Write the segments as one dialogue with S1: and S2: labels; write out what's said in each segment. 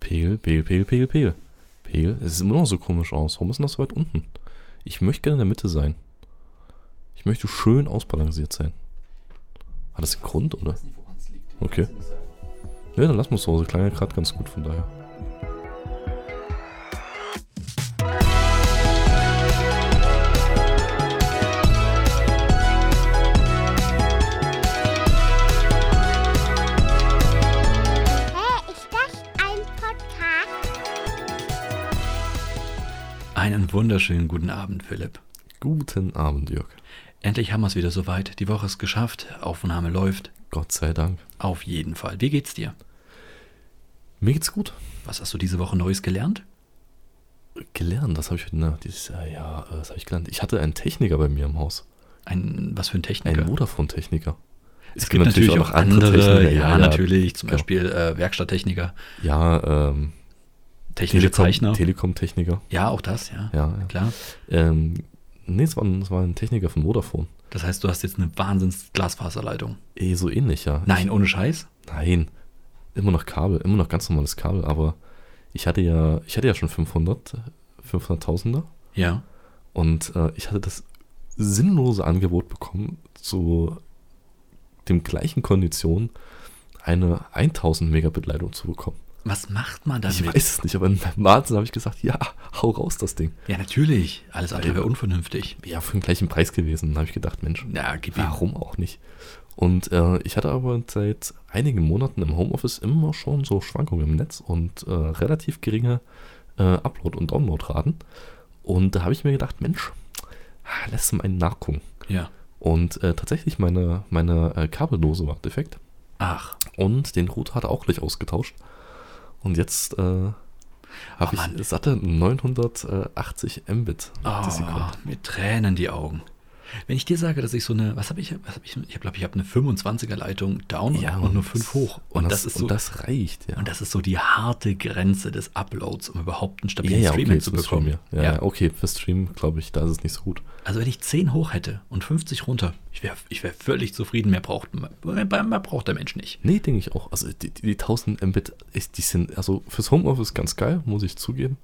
S1: Pegel, Pegel, Pegel, Pegel, Pegel. Pegel, es sieht immer noch so komisch aus. Warum ist denn das so weit unten? Ich möchte gerne in der Mitte sein. Ich möchte schön ausbalanciert sein. Hat das einen Grund, oder?
S2: weiß nicht, woran es liegt.
S1: Okay.
S2: Kann's dir nicht sagen.
S1: Ja, dann lassen wir es so. So klang ja gerade ganz gut, von daher.
S3: Hä, ist das ein Podcast?
S2: Einen wunderschönen guten Abend, Philipp.
S1: Guten Abend, Jörg.
S2: Endlich haben wir es wieder soweit. Die Woche ist geschafft. Aufnahme läuft.
S1: Gott sei Dank.
S2: Auf jeden Fall. Wie geht's dir?
S1: Mir geht's gut.
S2: Was hast du diese Woche Neues gelernt?
S1: Gelernt, das habe ich heute Nacht. Dieses, äh, ja, äh, das habe ich gelernt. Ich hatte einen Techniker bei mir im Haus.
S2: Ein, was für ein
S1: Einen
S2: Techniker?
S1: Vodafone-Techniker.
S2: es gibt natürlich auch andere. ja, natürlich. Zum
S1: genau.
S2: Beispiel äh, Werkstatttechniker,
S1: Ja, ähm,
S2: technische Zeichner.
S1: Telekom- Telekom-Techniker.
S2: ja, auch das, ja.
S1: ja, ja.
S2: Klar.
S1: Ähm, nee, es war, ein, es war ein Techniker von Vodafone.
S2: Das heißt, du hast jetzt eine wahnsinns Glasfaserleitung.
S1: Eh, so ähnlich, ja.
S2: Nein, ohne Scheiß.
S1: Nein, immer noch Kabel, immer noch ganz normales Kabel, aber ich hatte ja, ich hatte ja schon 500, 500.000er
S2: Ja.
S1: und äh, ich hatte das sinnlose Angebot bekommen, zu dem gleichen Kondition eine 1000 Megabit Leitung zu bekommen.
S2: Was macht man
S1: Ich
S2: damit?
S1: weiß es nicht, aber in meinem Wahnsinn habe ich gesagt, ja, hau raus das Ding.
S2: Ja, natürlich. Alles andere wäre unvernünftig.
S1: Ja, für den gleichen Preis gewesen. Dann habe ich gedacht, Mensch,
S2: Ja, gib ihm.
S1: Warum auch nicht? Und äh, ich hatte aber seit einigen Monaten im Homeoffice immer schon so Schwankungen im Netz und äh, relativ geringe äh, Upload- und Downloadraten. Und da habe ich mir gedacht, Mensch, ah, lässt du mal einen nachgucken.
S2: Ja.
S1: Und äh, tatsächlich, meine, meine äh, Kabeldose war defekt
S2: Ach.
S1: und den Router hat er auch gleich ausgetauscht. Und jetzt äh, habe ich
S2: Mann.
S1: satte 980 Mbit
S2: Oh,
S1: die Sekunde.
S2: mir tränen die Augen. Wenn ich dir sage, dass ich so eine, was habe ich, was hab ich, ich glaube, ich habe eine 25er Leitung down und nur 5 hoch.
S1: Und, das,
S2: ist
S1: und
S2: so,
S1: das reicht, ja.
S2: und das ist so die harte Grenze des Uploads, um überhaupt einen
S1: Ja,
S2: stabilen
S1: ja,
S2: Streaming
S1: okay,
S2: zu
S1: für Stream,
S2: bekommen.
S1: ja. Ja, oh. ja, okay, für Stream, glaube ich, da ist es nicht so gut.
S2: Also wenn ich 10 hoch hätte und 50 runter, ich wäre ich wär völlig zufrieden, mehr braucht, mehr, mehr braucht der Mensch nicht.
S1: Nee, denke ich auch. Also die, die, die 1000 Mbit, ist, die sind, also fürs Homeoffice ganz geil, muss ich zugeben.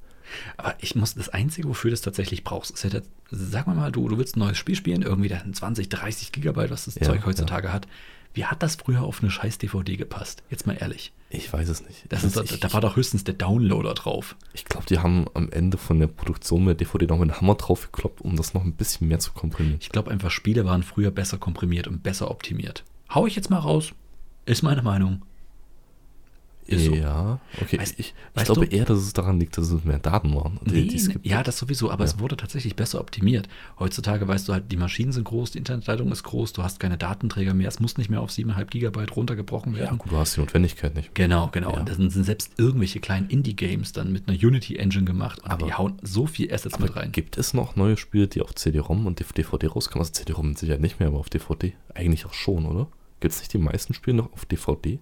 S2: Aber ich muss, das Einzige, wofür du es tatsächlich brauchst, ist ja, das, sagen wir mal, du, du willst ein neues Spiel spielen, irgendwie da sind 20, 30 Gigabyte, was das
S1: Ja,
S2: Zeug heutzutage hat. Wie hat das früher auf eine scheiß DVD gepasst? Jetzt mal ehrlich.
S1: Ich weiß es nicht.
S2: Das ist,
S1: also
S2: da,
S1: ich
S2: da war doch höchstens der Downloader drauf.
S1: ich glaube, die haben am Ende von der Produktion mit der DVD noch mit einem Hammer drauf gekloppt, um das noch ein bisschen mehr zu komprimieren.
S2: Ich glaube einfach, Spiele waren früher besser komprimiert und besser optimiert. Hau ich jetzt mal raus. Ist meine Meinung. Ist so.
S1: Ja, okay.
S2: Weißt-
S1: ich ich
S2: weißt
S1: glaube
S2: du-
S1: eher, dass es daran liegt, dass es mehr Daten waren. die-
S2: Nee,
S1: die es gibt.
S2: ja, das sowieso, aber
S1: Ja.
S2: es wurde tatsächlich besser optimiert. Heutzutage weißt du halt, die Maschinen sind groß, die Internetleitung ist groß, du hast keine Datenträger mehr, es muss nicht mehr auf 7,5 Gigabyte runtergebrochen
S1: ja,
S2: werden.
S1: gut, du hast die Notwendigkeit nicht.
S2: Genau, genau.
S1: Ja.
S2: Und das sind, sind selbst irgendwelche kleinen Indie-Games dann mit einer Unity-Engine gemacht und
S1: Aber-
S2: die hauen so viel Assets mit rein.
S1: Gibt es noch neue Spiele, die auf CD-ROM und auf DVD rauskommen? Also CD-ROM mit Sicherheit nicht mehr, aber auf DVD eigentlich auch schon, oder? Gibt es nicht die meisten Spiele noch auf DVD?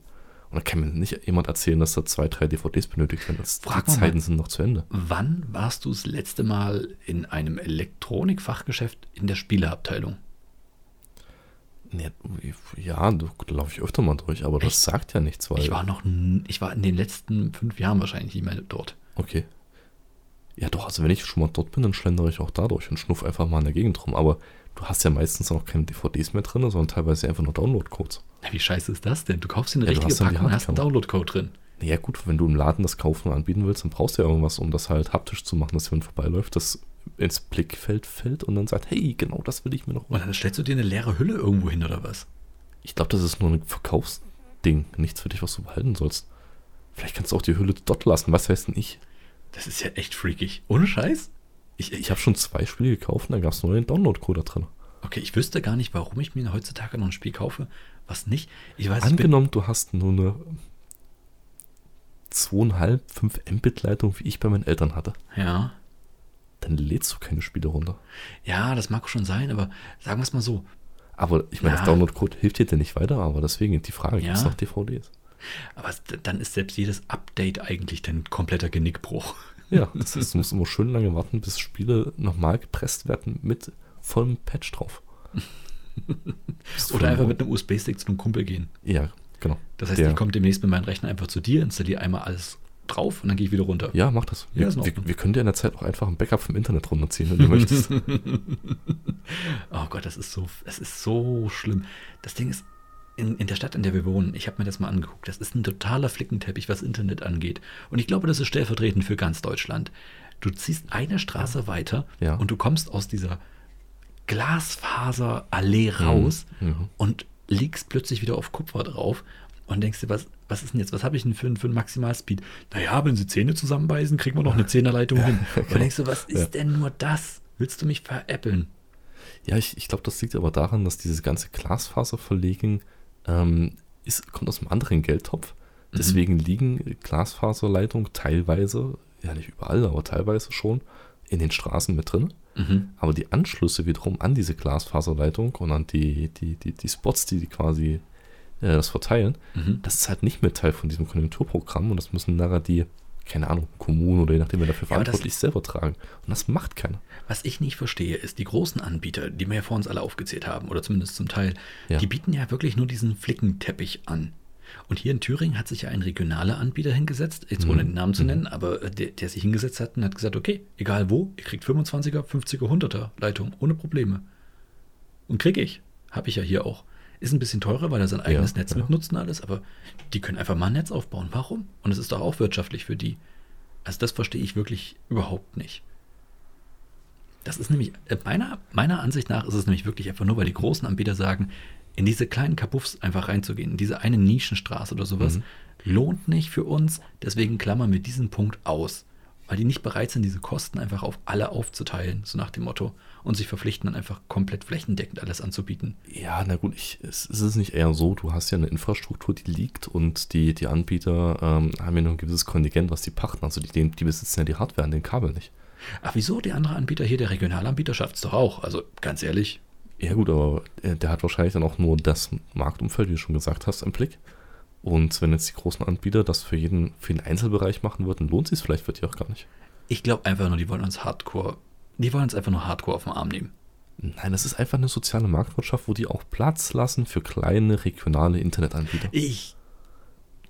S1: Und da kann mir nicht jemand erzählen, dass da zwei, drei DVDs benötigt werden. Das,
S2: Frag
S1: die
S2: mal.
S1: Zeiten sind noch zu Ende.
S2: Wann warst du das letzte Mal in einem Elektronikfachgeschäft in der Spieleabteilung?
S1: Nee, ja, da laufe ich öfter mal durch, aber das sagt ja nichts, weil.
S2: Ich war noch, n- ich war in den letzten fünf Jahren wahrscheinlich nicht mehr dort.
S1: Okay. Ja, doch, also wenn ich schon mal dort bin, dann schlendere ich auch da durch und schnuff einfach mal in der Gegend rum. Aber du hast ja meistens auch keine DVDs mehr drin, sondern teilweise einfach nur Download-Codes.
S2: Na, wie scheiße ist das denn? Du kaufst dir eine
S1: Ja, du
S2: richtige
S1: hast dann die
S2: Packung und hast einen
S1: Hardcover.
S2: Download-Code drin.
S1: Naja, gut, wenn du im Laden das kaufen und anbieten willst, dann brauchst du ja irgendwas, um das halt haptisch zu machen, dass jemand vorbeiläuft, das ins Blickfeld fällt und dann sagt, hey, genau das will ich mir noch.
S2: Und dann stellst du dir eine leere Hülle irgendwo hin oder was?
S1: Ich glaube, das ist nur ein Verkaufsding, nichts für dich, was du behalten sollst. Vielleicht kannst du auch die Hülle dort lassen, was weiß denn ich?
S2: Das ist ja echt freakig. Ohne Scheiß?
S1: Ich, ich habe schon zwei Spiele gekauft und da gab es nur den Download-Code da drin.
S2: Okay, ich wüsste gar nicht, warum ich mir heutzutage noch ein Spiel kaufe, was nicht. Ich weiß, ich bin-
S1: Angenommen, du hast nur eine 2,5, 5 Mbit-Leitung, wie ich bei meinen Eltern hatte,
S2: Ja.
S1: dann lädst du keine Spiele runter.
S2: Ja, das mag schon sein, aber sagen wir es mal so.
S1: Aber ich meine,
S2: Ja.
S1: das Download-Code hilft dir denn nicht weiter, aber deswegen die Frage, gibt es
S2: Ja.
S1: noch DVDs?
S2: Aber es- dann ist selbst jedes Update eigentlich dann kompletter Genickbruch.
S1: Ja, das heißt, du musst immer schön lange warten, bis Spiele nochmal gepresst werden mit vollem Patch drauf. Bis
S2: Oder einfach
S1: voll-
S2: mit einem USB-Stick zu einem Kumpel gehen.
S1: Ja, genau.
S2: Das heißt,
S1: Der-
S2: ich komme demnächst mit meinem Rechner einfach zu dir, installiere einmal alles drauf und dann gehe ich wieder runter.
S1: Ja, mach das.
S2: Ja,
S1: Wir,
S2: ist in
S1: wir,
S2: Ordnung.
S1: wir können dir in der Zeit auch einfach ein Backup vom Internet runterziehen, wenn du möchtest.
S2: Oh Gott, das ist so, es ist so schlimm. Das Ding ist, in, in der Stadt, in der wir wohnen, ich habe mir das mal angeguckt, das ist ein totaler Flickenteppich, was Internet angeht. Und ich glaube, das ist stellvertretend für ganz Deutschland. Du ziehst eine Straße weiter
S1: Ja.
S2: und du kommst aus dieser Glasfaserallee raus
S1: Mhm.
S2: und liegst plötzlich wieder auf Kupfer drauf und denkst dir, was, was ist denn jetzt, was habe ich denn für, einen- für einen Maximalspeed? Naja, wenn sie Zähne zusammenbeißen, kriegen wir noch eine Zehnerleitung hin. Und dann denkst du, was ist denn nur das? Willst du mich veräppeln?
S1: Ja, ich, ich glaube, das liegt aber daran, dass dieses ganze Glasfaserverlegen ähm, ist, kommt aus einem anderen Geldtopf.
S2: Mhm.
S1: Deswegen liegen Glasfaserleitungen teilweise, ja nicht überall, aber teilweise schon in den Straßen mit drin.
S2: Mhm.
S1: Aber die Anschlüsse wiederum an diese Glasfaserleitung und an die, die, die, die Spots, die, die quasi äh, das verteilen,
S2: Mhm.
S1: das ist halt nicht mehr Teil von diesem Konjunkturprogramm und das müssen nachher die, keine Ahnung, Kommunen oder je nachdem, wer dafür
S2: Ja, aber das-
S1: verantwortlich ist, selber tragen. Und das macht keiner.
S2: Was ich nicht verstehe, ist, die großen Anbieter, die wir ja vor uns alle aufgezählt haben, oder zumindest zum Teil,
S1: Ja.
S2: die bieten ja wirklich nur diesen Flickenteppich an. Und hier in Thüringen hat sich ja ein regionaler Anbieter hingesetzt, jetzt ohne den Namen zu
S1: Mhm.
S2: nennen, aber äh, der, der sich hingesetzt hat und hat gesagt, okay, egal wo, ihr kriegt 25er, 50er, 100er Leitung, ohne Probleme. Und kriege ich. Habe ich ja hier auch. Ist ein bisschen teurer, weil er sein eigenes Netz
S1: ja. genau.
S2: mitnutzt und alles, aber die können einfach mal ein Netz aufbauen. Warum? Und es ist doch auch wirtschaftlich für die. Also das verstehe ich wirklich überhaupt nicht. Das ist nämlich, äh, meiner, meiner Ansicht nach ist es nämlich wirklich einfach nur, weil die großen Anbieter sagen, in diese kleinen Kapuffs einfach reinzugehen, in diese eine Nischenstraße oder sowas, lohnt nicht für uns. Deswegen klammern wir diesen Punkt aus, weil die nicht bereit sind, diese Kosten einfach auf alle aufzuteilen, so nach dem Motto, und sich verpflichten, dann einfach komplett flächendeckend alles anzubieten.
S1: Ja, na gut, ich, es es ist nicht eher so, du hast ja eine Infrastruktur, die liegt und die, die Anbieter ähm, haben ja nur ein gewisses Kontingent, was die pachten. Also die, die besitzen ja die Hardware an den Kabel nicht.
S2: Ach, wieso der andere Anbieter hier, der Regionalanbieter, schafft es doch auch? Also ganz ehrlich,
S1: Ja gut, aber äh, der hat wahrscheinlich dann auch nur das Marktumfeld, wie du schon gesagt hast, im Blick. Und wenn jetzt die großen Anbieter das für jeden, für den Einzelbereich machen würden, lohnt sich vielleicht für die auch gar nicht.
S2: ich glaube einfach nur, die wollen uns hardcore, die wollen uns einfach nur hardcore auf den Arm nehmen.
S1: Nein, das ist einfach eine soziale Marktwirtschaft, wo die auch Platz lassen für kleine regionale Internetanbieter.
S2: Ich.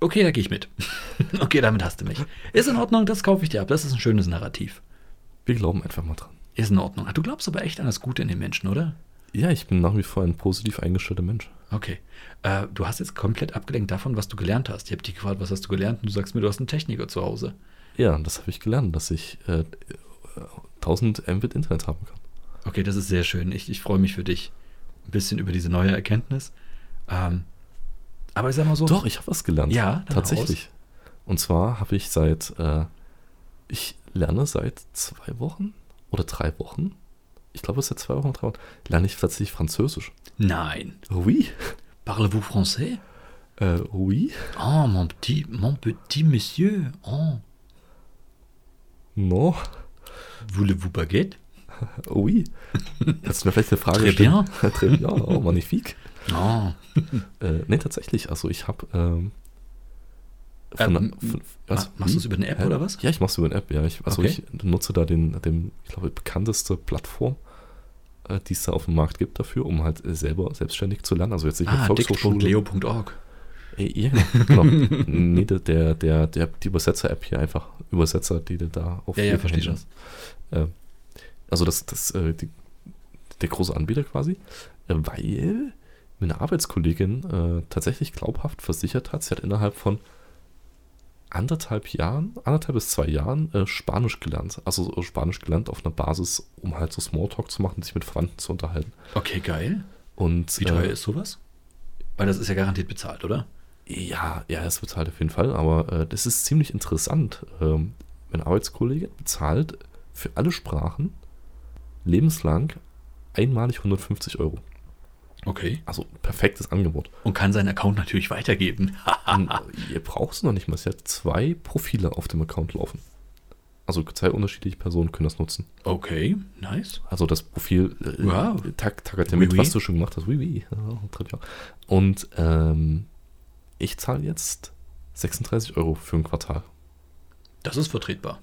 S2: Okay, da gehe ich mit. okay, damit hast du mich. Ist in Ordnung, das kaufe ich dir ab. Das ist ein schönes Narrativ.
S1: Wir glauben einfach mal dran.
S2: Ist in Ordnung. Ah, Du glaubst aber echt an das Gute in den Menschen, oder?
S1: Ja, ich bin nach wie vor ein positiv eingestellter Mensch.
S2: Okay. Äh, du hast jetzt komplett abgelenkt davon, was du gelernt hast. Ich habe dich gefragt, was hast du gelernt? Und du sagst mir, du hast einen Techniker zu Hause.
S1: Ja, und das habe ich gelernt, dass ich äh, 1000 Mbit Internet haben kann.
S2: Okay, das ist sehr schön. Ich, ich freue mich für dich. Ein bisschen über diese neue Erkenntnis. Ähm, aber ich sag mal so.
S1: Doch, ich habe was gelernt.
S2: Ja, dann
S1: tatsächlich. Und zwar habe ich seit, äh, ich lerne seit zwei Wochen oder drei Wochen, ich glaube, es ist seit zwei Wochen oder drei Wochen, lerne ich tatsächlich Französisch.
S2: Nein.
S1: Oui.
S2: Parlez-vous français?
S1: Äh, oui.
S2: Oh, mon petit, mon petit monsieur. Oh,
S1: No.
S2: voulez-vous baguette?
S1: Oui. Kannst du mir vielleicht eine Frage
S2: Très bien.
S1: Très bien. Oh, magnifique.
S2: Oh.
S1: Äh, nee, tatsächlich. Also ich habe... Ähm,
S2: Ähm,
S1: der- was?
S2: ma- machst du's über eine App
S1: Hä?
S2: oder was?
S1: Ja, ich mach's über eine App, ja. Ich, also
S2: Okay.
S1: ich nutze da den, den ich glaube, bekannteste Plattform, äh, die es da auf dem Markt gibt dafür, um halt äh, selber selbstständig zu lernen. Also jetzt nicht mit
S2: Ah,
S1: Volkshochschule.
S2: dick.leo.org.
S1: Äh, ja, genau. genau. nee, der, der, der, der, die Übersetzer-App hier einfach. Übersetzer, die du da auf
S2: Ja, ja,
S1: jedem
S2: verstehe
S1: Handy
S2: schon.
S1: hast. Ähm, also das, das, äh, die, der große Anbieter quasi, äh, weil mir eine Arbeitskollegin äh, tatsächlich glaubhaft versichert hat, sie hat innerhalb von anderthalb Jahren, anderthalb bis zwei Jahren äh, Spanisch gelernt. Also äh, Spanisch gelernt auf einer Basis, um halt so Smalltalk zu machen, sich mit Verwandten zu unterhalten.
S2: Okay, geil.
S1: Und
S2: Wie teuer
S1: äh,
S2: ist sowas? Weil das ist ja garantiert bezahlt, oder?
S1: Ja, ja, es bezahlt auf jeden Fall, aber äh, das ist ziemlich interessant. Ähm, mein Arbeitskollege bezahlt für alle Sprachen lebenslang einmalig 150 Euro.
S2: Okay.
S1: Also perfektes Angebot.
S2: Und kann seinen Account natürlich weitergeben.
S1: Und ihr braucht es noch nicht mal. Sie hat zwei Profile auf dem Account laufen. Also zwei unterschiedliche Personen können das nutzen.
S2: okay, nice.
S1: Also das Profil äh,
S2: Wow.
S1: tack, tackert ja
S2: Oui,
S1: mit,
S2: oui.
S1: was du schon gemacht hast. Oui, oui. Ja, tritt ja. Und ähm, ich zahle jetzt 36 Euro für ein Quartal.
S2: Das ist vertretbar.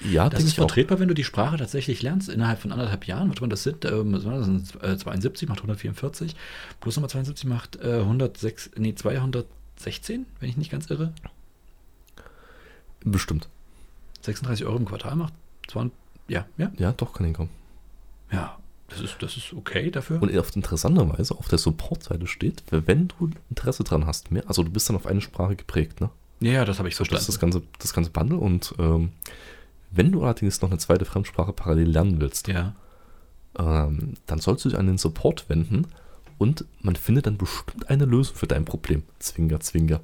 S1: Ja,
S2: Das
S1: denke ich
S2: ist
S1: auch.
S2: vertretbar, wenn du die Sprache tatsächlich lernst innerhalb von anderthalb Jahren. Warte mal, das sind, ähm, was war das? Das sind, äh, 72 macht 144, plus nochmal 72 macht äh, 106, nee, 216, wenn ich nicht ganz irre.
S1: Bestimmt.
S2: 36 Euro im Quartal macht 20, ja, ja,
S1: Ja, doch kann hinkommen.
S2: ja. Das ist, das ist okay dafür.
S1: Und auf interessanter Weise auf der Support-Seite steht, wenn du Interesse dran hast, mehr, also du bist dann auf eine Sprache geprägt, ne?
S2: ja, ja, das habe ich
S1: Das ist
S2: verstanden.
S1: das ganze, das ganze Bundle und ähm, wenn du allerdings noch eine zweite Fremdsprache parallel lernen willst,
S2: ja.
S1: ähm, dann sollst du dich an den Support wenden und man findet dann bestimmt eine Lösung für dein Problem. Zwinger, Zwinger.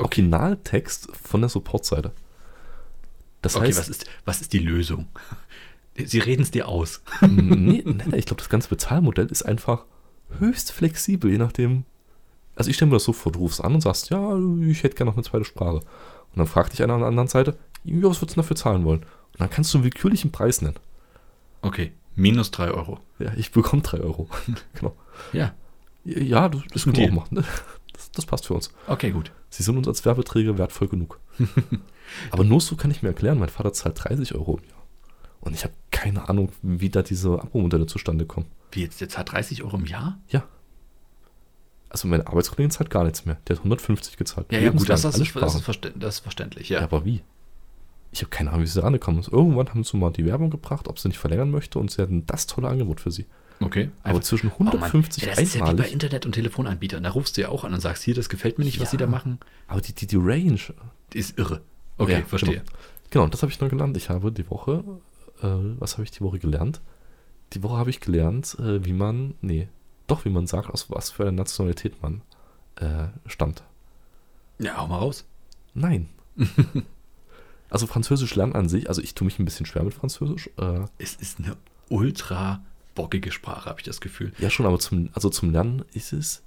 S1: Originaltext von der Support-Seite. Das
S2: okay,
S1: heißt,
S2: was ist, was ist die Lösung? Sie reden es dir aus.
S1: nee, nee, nee, ich glaube, das ganze Bezahlmodell ist einfach höchst flexibel, je nachdem. Also ich stelle mir das so vor, du rufst an und sagst, ja, ich hätte gerne noch eine zweite Sprache. Und dann fragt dich einer an der anderen Seite, ja, was würdest du dafür zahlen wollen? Und dann kannst du einen willkürlichen Preis nennen.
S2: Okay, minus 3 Euro.
S1: Ja, ich bekomme 3 Euro. genau.
S2: Ja,
S1: Ja, das, das können wir
S2: Deal.
S1: auch machen. ne? Das, das passt für uns.
S2: okay, gut.
S1: Sie sind uns als Werbeträger wertvoll genug. Aber nur so kann ich mir erklären, mein Vater zahlt 30 Euro im Jahr. Und ich habe keine Ahnung, wie da diese Abo-Modelle zustande kommen.
S2: Wie jetzt, jetzt hat 30 Euro im Jahr?
S1: Ja. Also meine Arbeitskollegin zahlt gar nichts mehr. Der hat 150 gezahlt.
S2: Ja, ja, gut,
S1: Lebenslang,
S2: das, das,
S1: alle
S2: ist, das, ist
S1: Sprachen.
S2: verständ, das ist verständlich,
S1: ja,
S2: ja.
S1: aber wie? Ich habe keine Ahnung, wie sie da angekommen ist. Irgendwann haben sie mal die Werbung gebracht, ob sie nicht verlängern möchte und sie hatten das tolle Angebot für sie.
S2: Okay.
S1: Aber zwischen
S2: Oh Mann,
S1: 150
S2: ja, das ist ja wie bei
S1: einmalig.
S2: Internet- und Telefonanbietern. Da rufst du ja auch an und sagst, hier, das gefällt mir nicht, was
S1: Ja.
S2: sie da machen.
S1: aber die, die, die Range.
S2: Ist irre. Okay,
S1: Ja,
S2: verstehe.
S1: Genau, genau das habe ich neu gelernt. Ich habe die Woche, äh, was habe ich die Woche gelernt? Die Woche habe ich gelernt, äh, wie man, nee, doch, wie man sagt, aus was für einer Nationalität man äh, stammt.
S2: Ja, hau mal raus.
S1: Nein. also Französisch lernen an sich, also ich tue mich ein bisschen schwer mit Französisch. Äh,
S2: Es ist eine ultra bockige Sprache, habe ich das Gefühl.
S1: ja schon, aber zum, also zum Lernen ist es.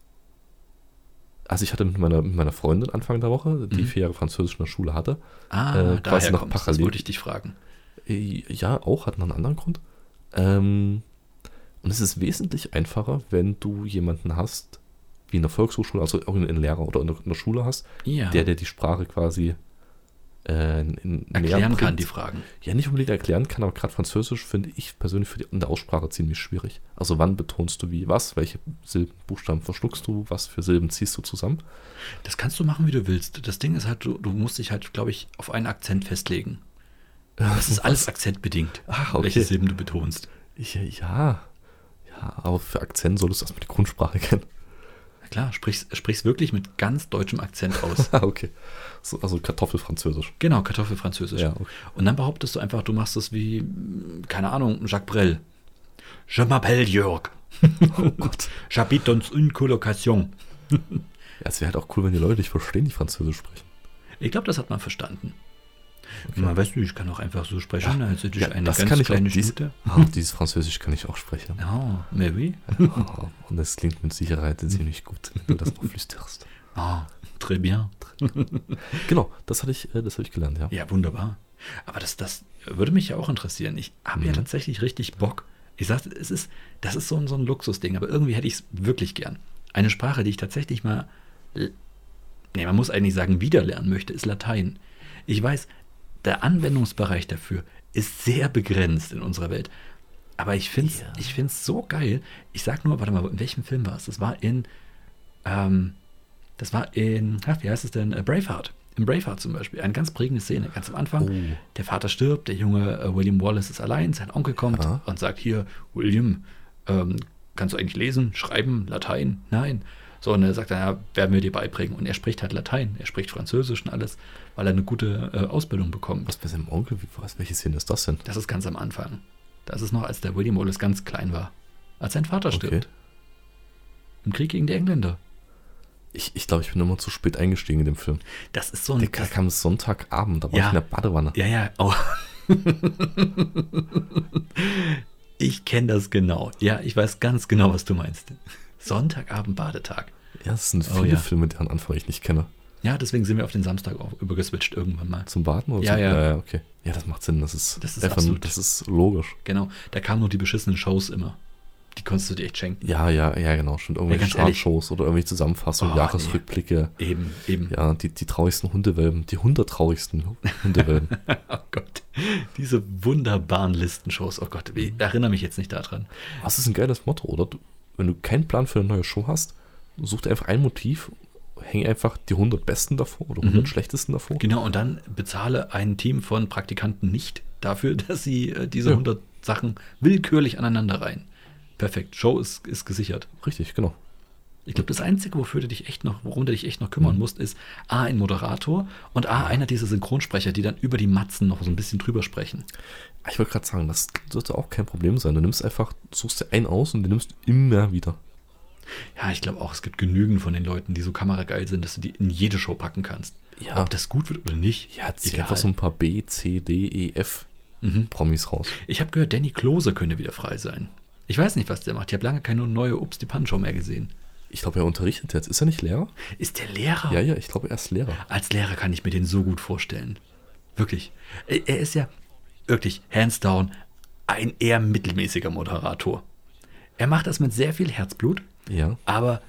S1: Also ich hatte mit meiner, mit meiner Freundin Anfang der Woche, die
S2: Mhm.
S1: vier Jahre Französisch in der Schule hatte.
S2: Ah,
S1: Äh, quasi
S2: daher
S1: noch
S2: kommt das
S1: parallel.
S2: wollte ich dich fragen.
S1: Äh, Ja, auch, hat noch einen anderen Grund. Ähm, und es ist wesentlich einfacher, wenn du jemanden hast, wie in der Volkshochschule, also auch in- in Lehrer oder in der, in der Schule hast,
S2: Ja,
S1: der, der die Sprache quasi äh, in, in näher
S2: erklären kann
S1: bringt.
S2: die Fragen.
S1: ja nicht unbedingt erklären kann, aber gerade Französisch finde ich persönlich für die in der Aussprache ziemlich schwierig. Also wann betonst du wie was, welche Silben, Buchstaben verschluckst du, was für Silben ziehst du zusammen?
S2: Das kannst du machen, wie du willst. Das Ding ist halt, du, du musst dich halt, glaube ich, auf einen Akzent festlegen. Das ist alles akzentbedingt,
S1: Ah, okay.
S2: welche Silben du betonst.
S1: Ich, ja, ja, aber für Akzent solltest du erstmal die Grundsprache kennen.
S2: Na klar, sprich's, sprich's wirklich mit ganz deutschem Akzent aus.
S1: Ah, okay. So, also Kartoffelfranzösisch.
S2: genau, Kartoffelfranzösisch.
S1: Ja, okay.
S2: Und dann behauptest du einfach, du machst das wie, mm, keine Ahnung, Jacques Brel. Je m'appelle Jörg.
S1: Oh Gott.
S2: J'habite dans une colocation.
S1: Ja, es wäre halt auch cool, wenn die Leute dich verstehen, die Französisch sprechen.
S2: Ich glaube, das hat man verstanden. Man weiß nicht, ich kann auch einfach so sprechen, als hätte ich
S1: Ja,
S2: eine
S1: das
S2: ganz
S1: kann ich auch.
S2: kleine
S1: Dies,
S2: Schnute.
S1: ah, dieses Französisch kann ich auch sprechen.
S2: Ja, mais oui.
S1: Ah, und das klingt mit Sicherheit ziemlich gut, wenn du das noch flüsterst.
S2: Ah, très bien.
S1: Genau, das hatte ich, äh, das habe ich gelernt, ja.
S2: Ja, wunderbar. Aber das, das würde mich ja auch interessieren. Ich habe ja
S1: Mhm.
S2: tatsächlich richtig Bock. Ich sagte, es ist, das ist so ein, so ein Luxusding, aber irgendwie hätte ich es wirklich gern. Eine Sprache, die ich tatsächlich mal, l- nee, man muss eigentlich sagen, wieder lernen möchte, ist Latein. Ich weiß, der Anwendungsbereich dafür ist sehr begrenzt in unserer Welt. Aber ich finde es
S1: Ja.
S2: ich find's so geil. Ich sag nur, warte mal, in welchem Film war es? Das war in, ähm, das war in, ach, wie heißt es denn? Äh, Braveheart. In Braveheart zum Beispiel. Eine ganz prägende Szene. Ganz am Anfang.
S1: Oh.
S2: Der Vater stirbt, der junge äh, William Wallace ist allein, sein Onkel kommt
S1: Ja.
S2: und sagt: Hier, William, ähm, kannst du eigentlich lesen, schreiben, Latein? Nein. So, und er sagt, naja, werden wir dir beibringen. Und er spricht halt Latein, er spricht Französisch und alles, weil er eine gute äh, Ausbildung bekommt.
S1: Was bei seinem Onkel, wie, was, welche Szene ist das denn?
S2: Das ist ganz am Anfang. Das ist noch, als der William Wallace ganz klein war. Als sein Vater
S1: Okay.
S2: stirbt. Im Krieg gegen die Engländer.
S1: Ich, ich glaube, ich bin immer zu spät eingestiegen in dem Film.
S2: Das ist so ein.
S1: Der kam Sonntagabend, da war
S2: Ja.
S1: ich in der Badewanne.
S2: ja, ja. Oh. ich kenne das genau. Ja, ich weiß ganz genau, was du meinst. Sonntagabend, Badetag.
S1: Ja, es sind
S2: Oh,
S1: viele
S2: ja.
S1: Filme, deren Anfang ich nicht kenne.
S2: Ja, deswegen sind wir auf den Samstag auch übergeswitcht irgendwann mal.
S1: Zum Baden oder
S2: Ja,
S1: zum,
S2: ja.
S1: okay. Ja, das macht Sinn. Das ist,
S2: Das ist
S1: einfach-
S2: absolut-
S1: das ist logisch.
S2: Genau, da kamen nur die beschissenen Shows immer. Die konntest du dir echt schenken.
S1: Ja, ja, ja, genau. Stimmt. Irgendwelche
S2: ganz ehrlich.
S1: Chartshows oder irgendwelche Zusammenfassungen,
S2: Oh,
S1: Jahresrückblicke.
S2: Eben, eben.
S1: Ja, die, die traurigsten Hundewelpen, die hundertraurigsten Hundewelpen.
S2: Oh Gott. Diese wunderbaren Listenshows. Oh Gott, ich erinnere mich jetzt nicht daran.
S1: das ist ein geiles Motto, oder? Du, wenn du keinen Plan für eine neue Show hast, such dir einfach ein Motiv, hänge einfach die 100 Besten davor oder 100
S2: Mhm.
S1: Schlechtesten davor.
S2: Genau, und dann bezahle ein Team von Praktikanten nicht dafür, dass sie äh, diese
S1: Ja.
S2: 100 Sachen willkürlich aneinander reihen. Perfekt, Show ist, ist gesichert.
S1: Richtig, genau.
S2: Ich glaube, das Einzige, wofür du dich echt noch, worum du dich echt noch kümmern
S1: Mhm.
S2: musst, ist A, ein Moderator und A, einer dieser Synchronsprecher, die dann über die Matzen noch so ein bisschen drüber sprechen.
S1: Ich wollte gerade sagen, das sollte auch kein Problem sein. Du nimmst einfach, suchst dir einen aus und den nimmst du immer wieder.
S2: Ja, ich glaube auch, es gibt genügend von den Leuten, die so kamerageil sind, dass du die in jede Show packen kannst.
S1: Ja.
S2: Ob das gut wird oder nicht,
S1: Ja, zieh
S2: egal.
S1: einfach so ein paar B, C, D, E, F
S2: Mhm.
S1: Promis raus.
S2: Ich habe gehört, Danny Klose könnte wieder frei sein. Ich weiß nicht, was der macht. Ich habe lange keine neue Obst die Pan-Show mehr gesehen.
S1: Ich glaube, er unterrichtet jetzt. Ist er nicht Lehrer?
S2: Ist der Lehrer?
S1: Ja, ja, ich glaube, er ist Lehrer.
S2: Als Lehrer kann ich mir den so gut vorstellen. Wirklich. Er er ist ja wirklich, hands down, ein eher mittelmäßiger Moderator. Er macht das mit sehr viel Herzblut,
S1: Ja.
S2: aber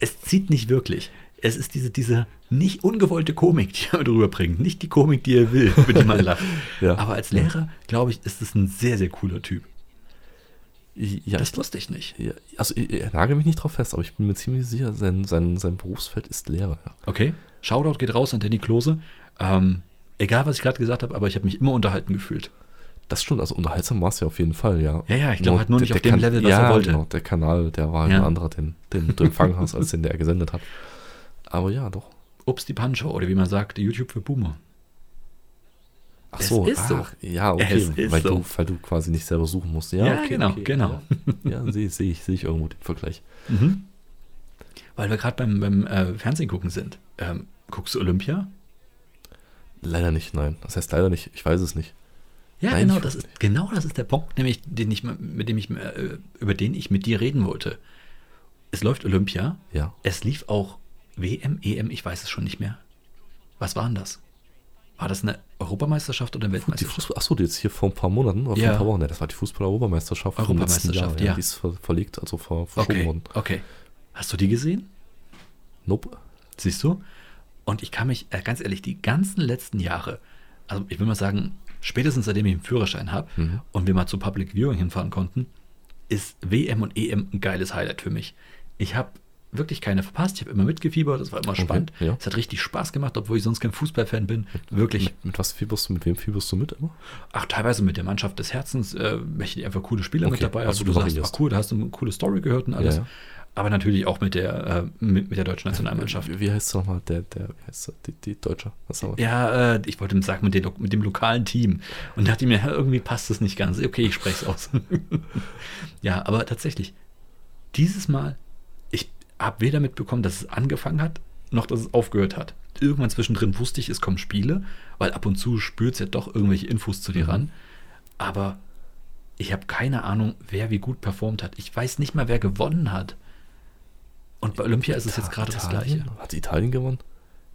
S2: es zieht nicht wirklich. Es ist diese, diese nicht ungewollte Komik, die er drüber bringt. Nicht die Komik, die er will, über die man lacht.
S1: Ja.
S2: Aber als Lehrer, glaube ich, ist es ein sehr, sehr cooler Typ.
S1: Ja,
S2: Das
S1: ich,
S2: wusste ich nicht.
S1: ja also ich, ich nagel mich nicht drauf fest, aber ich bin mir ziemlich sicher, sein, sein, sein Berufsfeld ist Lehrer. Ja.
S2: Okay. Shoutout geht raus an Danny Klose. Ähm, egal, was ich gerade gesagt habe, aber ich habe mich immer unterhalten gefühlt.
S1: Das stimmt, also unterhaltsam war es ja auf jeden Fall, ja.
S2: Ja, ja, ich glaube halt nur nicht auf dem
S1: Kan-
S2: Level, was
S1: ja,
S2: er wollte.
S1: Genau, der Kanal, der war halt
S2: Ja.
S1: ein anderer, den, den du empfangen hast, als den, der er gesendet hat. Aber ja, doch.
S2: Obst die Pancho oder wie man sagt, YouTube für Boomer.
S1: Ach
S2: Es
S1: so,
S2: ist so.
S1: ach, ja,
S2: Es
S1: okay,
S2: ist
S1: weil,
S2: so.
S1: du, weil du quasi nicht selber suchen musst. Ja,
S2: Ja,
S1: okay,
S2: genau,
S1: okay,
S2: genau.
S1: Ja, ja sehe seh ich, seh ich irgendwo den Vergleich.
S2: Weil wir gerade beim, beim äh, Fernsehen gucken sind. Ähm, guckst du Olympia?
S1: Leider nicht, nein. Das heißt leider nicht, ich weiß es nicht.
S2: Ja,
S1: Nein,
S2: genau,
S1: ich-
S2: das ist, genau das ist der Punkt, nämlich den ich, mit dem ich, äh, über den ich mit dir reden wollte. Es läuft Olympia,
S1: Ja.
S2: es lief auch WM, EM, ich weiß es schon nicht mehr. Was waren das? War das eine Europameisterschaft oder eine
S1: Die
S2: Weltmeisterschaft?
S1: Fußball, achso, die jetzt hier vor ein paar Monaten oder vor
S2: Ja.
S1: ein paar Wochen, ja, das war die Fußball-Europameisterschaft vom letzten Jahr,
S2: Europameisterschaft, ja.
S1: Die ist ver verlegt, also ver verschoben
S2: Okay,
S1: worden.
S2: okay. Hast du die gesehen?
S1: Nope.
S2: Siehst du? Und ich kann mich, äh, ganz ehrlich, die ganzen letzten Jahre, also ich will mal sagen, spätestens seitdem ich einen Führerschein habe
S1: Mhm.
S2: und wir mal zu Public Viewing hinfahren konnten, ist WM und EM ein geiles Highlight für mich. Ich habe wirklich keine verpasst, ich habe immer mitgefiebert, das war immer spannend.
S1: ja.
S2: Es hat richtig Spaß gemacht, obwohl ich sonst kein Fußballfan bin. Wirklich,
S1: Mit, mit was fieberst du, mit wem fieberst du mit immer?
S2: ach, teilweise mit der Mannschaft des Herzens, äh, welche die einfach coole Spieler mit
S1: Okay,
S2: dabei
S1: also
S2: Also
S1: du
S2: du sagst,
S1: variierst.
S2: ach cool, da hast du eine coole Story gehört und alles.
S1: Ja, ja.
S2: Aber natürlich auch mit der, äh, mit, mit der deutschen Nationalmannschaft.
S1: Wie, wie heißt der nochmal? Der, der, wie heißt der? Die, die Deutsche. Was haben wir?
S2: Ja, äh, ich wollte ihm sagen, mit, den, lo- mit dem lokalen Team. Und dachte mir, ja, irgendwie passt das nicht ganz. Okay, ich spreche es aus. ja, aber tatsächlich, dieses Mal, ich habe weder mitbekommen, dass es angefangen hat, noch dass es aufgehört hat. Irgendwann zwischendrin wusste ich, es kommen Spiele, weil ab und zu spürt es ja doch irgendwelche Infos zu dir ran. Aber ich habe keine Ahnung, wer wie gut performt hat. Ich weiß nicht mal, wer gewonnen hat. Und bei Olympia ist es jetzt gerade das
S1: Italien?
S2: Gleiche.
S1: Hat Italien gewonnen?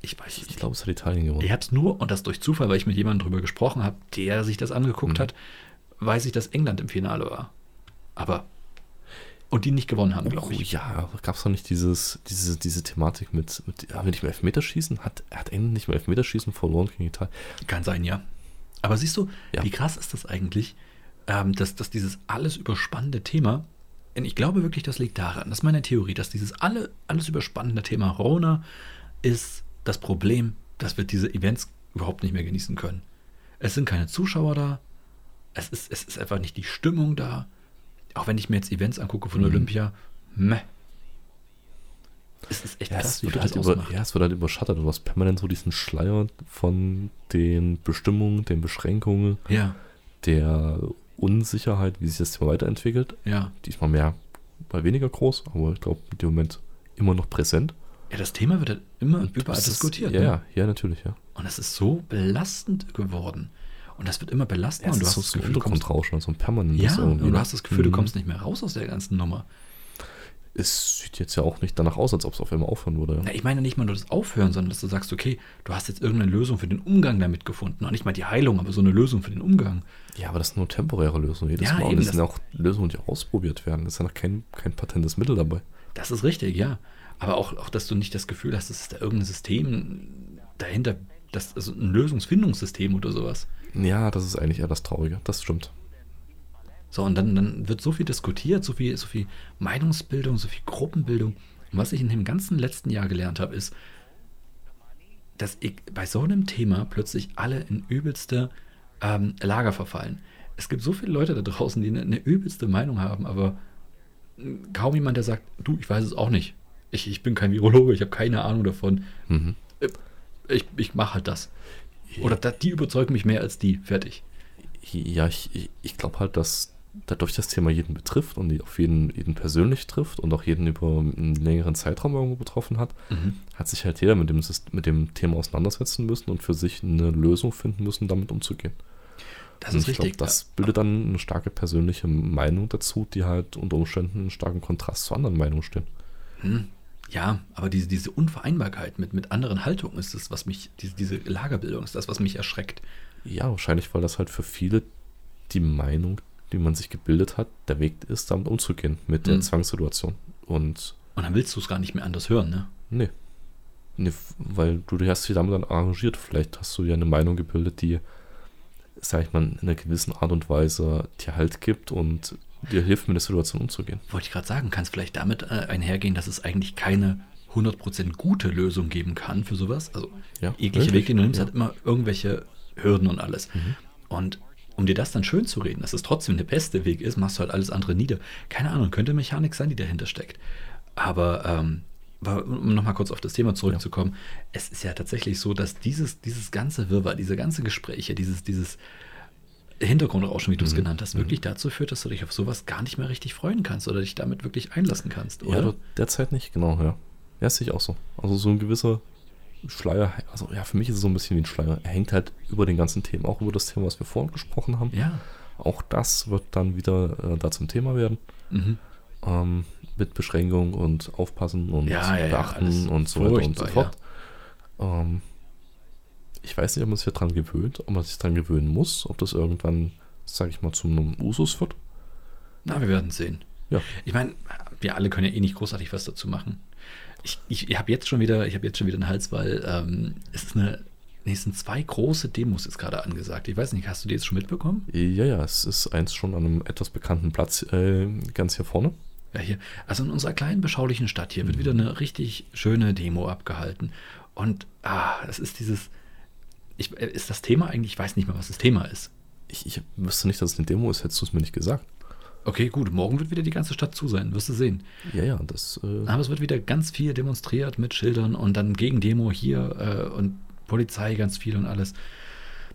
S2: Ich weiß es
S1: Ich glaube, es hat Italien gewonnen.
S2: ich habe es nur, und das durch Zufall, weil ich mit jemandem drüber gesprochen habe, der sich das angeguckt
S1: Mhm.
S2: hat, weiß ich, dass England im Finale war. Aber. Und die nicht gewonnen haben,
S1: Oh,
S2: glaube ich.
S1: ja, gab es noch nicht dieses, diese, diese Thematik mit, mit haben wir nicht mehr Elfmeterschießen? Hat, hat England nicht mehr Elfmeterschießen verloren gegen Italien?
S2: Kann sein, ja. Aber siehst du,
S1: Ja.
S2: wie krass ist das eigentlich, ähm, dass, dass dieses alles überspannende Thema, und ich glaube wirklich, das liegt daran, das ist meine Theorie, dass dieses alle, alles überspannende Thema Rona ist das Problem, dass wir diese Events überhaupt nicht mehr genießen können. Es sind keine Zuschauer da, es ist, es ist einfach nicht die Stimmung da. Auch wenn ich mir jetzt Events angucke von
S1: Mhm.
S2: Olympia, meh. Es ist echt
S1: Ja,
S2: krass,
S1: es
S2: wie
S1: wird
S2: viel
S1: halt
S2: das
S1: über,
S2: ausmacht.
S1: ja, es wird halt überschattet. Du hast permanent so diesen Schleier von den Bestimmungen, den Beschränkungen,
S2: ja,
S1: der Unsicherheit, wie sich das Thema weiterentwickelt.
S2: ja.
S1: Diesmal mehr, mal weniger groß, aber ich glaube, in dem Moment immer noch präsent.
S2: Ja, das Thema wird halt immer
S1: Und
S2: überall
S1: das ist-
S2: diskutiert.
S1: Ja,
S2: ne?
S1: ja, ja, natürlich, ja.
S2: Und das ist so belastend geworden. Und das wird immer belastender.
S1: Es
S2: und du
S1: ist
S2: hast
S1: so
S2: das
S1: ein
S2: Gefühl, du kommst,
S1: Hintergrundrauschen, so ein permanentes
S2: ja, und du
S1: ne?
S2: hast das Gefühl, du
S1: Mhm.
S2: kommst nicht mehr raus aus der ganzen Nummer.
S1: Es sieht jetzt ja auch nicht danach aus, als ob es auf einmal aufhören würde.
S2: Na, ich meine nicht mal nur das Aufhören, sondern dass du sagst, okay, du hast jetzt irgendeine Lösung für den Umgang damit gefunden. Und nicht mal die Heilung, aber so eine Lösung für den Umgang.
S1: Ja, aber das sind nur temporäre Lösungen jedes
S2: Ja,
S1: Mal. Und
S2: eben,
S1: das sind
S2: das-
S1: auch Lösungen, die ausprobiert werden. Das ist ja noch kein, kein patentes Mittel dabei.
S2: Das ist richtig, ja. Aber auch, auch, dass du nicht das Gefühl hast, dass es da irgendein System dahinter, das also ein Lösungsfindungssystem oder sowas.
S1: Ja, das ist eigentlich eher das Traurige. Das stimmt.
S2: So, und dann, dann wird so viel diskutiert, so viel, so viel Meinungsbildung, so viel Gruppenbildung. Und was ich in dem ganzen letzten Jahr gelernt habe, ist, dass ich bei so einem Thema plötzlich alle in übelste ähm, Lager verfallen. Es gibt so viele Leute da draußen, die eine, eine übelste Meinung haben, aber hm, kaum jemand, der sagt, du, ich weiß es auch nicht. Ich, ich bin kein Virologe, ich habe keine Ahnung davon.
S1: Mhm.
S2: Ich, ich mache halt das. Oder da, die überzeugen mich mehr als die. Fertig.
S1: Ja, ich, ich- ich glaube halt, dass dadurch das Thema jeden betrifft und die auf jeden, jeden persönlich trifft und auch jeden über einen längeren Zeitraum irgendwo betroffen hat, hat sich halt jeder mit dem, Syst- mit dem Thema auseinandersetzen müssen und für sich eine Lösung finden müssen, damit umzugehen.
S2: Das
S1: Und
S2: ist
S1: ich glaub,
S2: richtig. Äh,
S1: das bildet dann eine starke persönliche Meinung dazu, die halt unter Umständen in starkem Kontrast zu anderen Meinungen steht.
S2: Hm? Ja, aber diese, diese Unvereinbarkeit mit, mit anderen Haltungen ist das, was mich, diese, diese Lagerbildung ist das, was mich erschreckt.
S1: Ja, wahrscheinlich, weil das halt für viele die Meinung, die man sich gebildet hat, der Weg ist, damit umzugehen, mit der
S2: Mhm.
S1: Zwangssituation. Und
S2: Und dann willst du es gar nicht mehr anders hören, ne?
S1: nee. nee, f- weil du dich hast dich damit dann arrangiert. Vielleicht hast du ja eine Meinung gebildet, die, sag ich mal, in einer gewissen Art und Weise dir Halt gibt und dir hilft, mit der Situation umzugehen.
S2: Wollte ich gerade sagen, kann es vielleicht damit äh, einhergehen, dass es eigentlich keine 100% gute Lösung geben kann für sowas? Also
S1: Ja,
S2: jeglicher
S1: richtig,
S2: Weg, den du nimmst,
S1: ja. Mhm.
S2: hat immer irgendwelche Hürden und alles. Und um dir das dann schön zu reden, dass es trotzdem der beste Weg ist, machst du halt alles andere nieder. Keine Ahnung, könnte Mechanik sein, die dahinter steckt. Aber ähm, aber um nochmal kurz auf das Thema zurückzukommen, es ist ja tatsächlich so, dass dieses, dieses ganze Wirrwarr, diese ganzen Gespräche, dieses, dieses Hintergrundrauschen, wie du
S1: Mhm.
S2: es genannt hast, wirklich dazu führt, dass du dich auf sowas gar nicht mehr richtig freuen kannst oder dich damit wirklich einlassen kannst,
S1: Ja,
S2: oder?
S1: der- derzeit nicht, genau, ja. Ja, sehe ich auch so. Also so ein gewisser Schleier, also ja, für mich ist es so ein bisschen wie ein Schleier. Er hängt halt über den ganzen Themen, auch über das Thema, was wir vorhin gesprochen haben.
S2: ja.
S1: Auch das wird dann wieder äh, da zum Thema werden.
S2: Mhm.
S1: Ähm, mit Beschränkung und Aufpassen und
S2: Ja, ja, ja,
S1: Beachten
S2: alles
S1: und so weiter und so
S2: furchtbar,
S1: fort. Ähm, ich weiß nicht, ob man sich daran gewöhnt, ob man sich daran gewöhnen muss, ob das irgendwann, sage ich mal, zum Usus wird.
S2: Na, wir werden sehen.
S1: Ja.
S2: Ich meine, wir alle können ja eh nicht großartig was dazu machen. Ich, ich, ich habe jetzt schon wieder, ich habe jetzt schon wieder einen Hals, weil ähm, es ist eine, nee, es sind zwei große Demos jetzt gerade angesagt. Ich weiß nicht, hast du die jetzt schon mitbekommen?
S1: Ja, ja, es ist eins schon an einem etwas bekannten Platz äh, ganz hier vorne.
S2: Ja, hier. Also in unserer kleinen, beschaulichen Stadt hier wird wieder eine richtig schöne Demo abgehalten. Und ah, es ist dieses. Ich, äh, ist das Thema eigentlich? Ich weiß nicht mehr, was das Thema ist.
S1: Ich, ich wüsste nicht, dass es eine Demo ist, hättest du es mir nicht gesagt.
S2: Okay, gut, morgen wird wieder die ganze Stadt zu sein, wirst du sehen.
S1: Ja, ja, das. Äh,
S2: Aber es wird wieder ganz viel demonstriert mit Schildern und dann gegen Demo hier äh, und Polizei ganz viel und alles.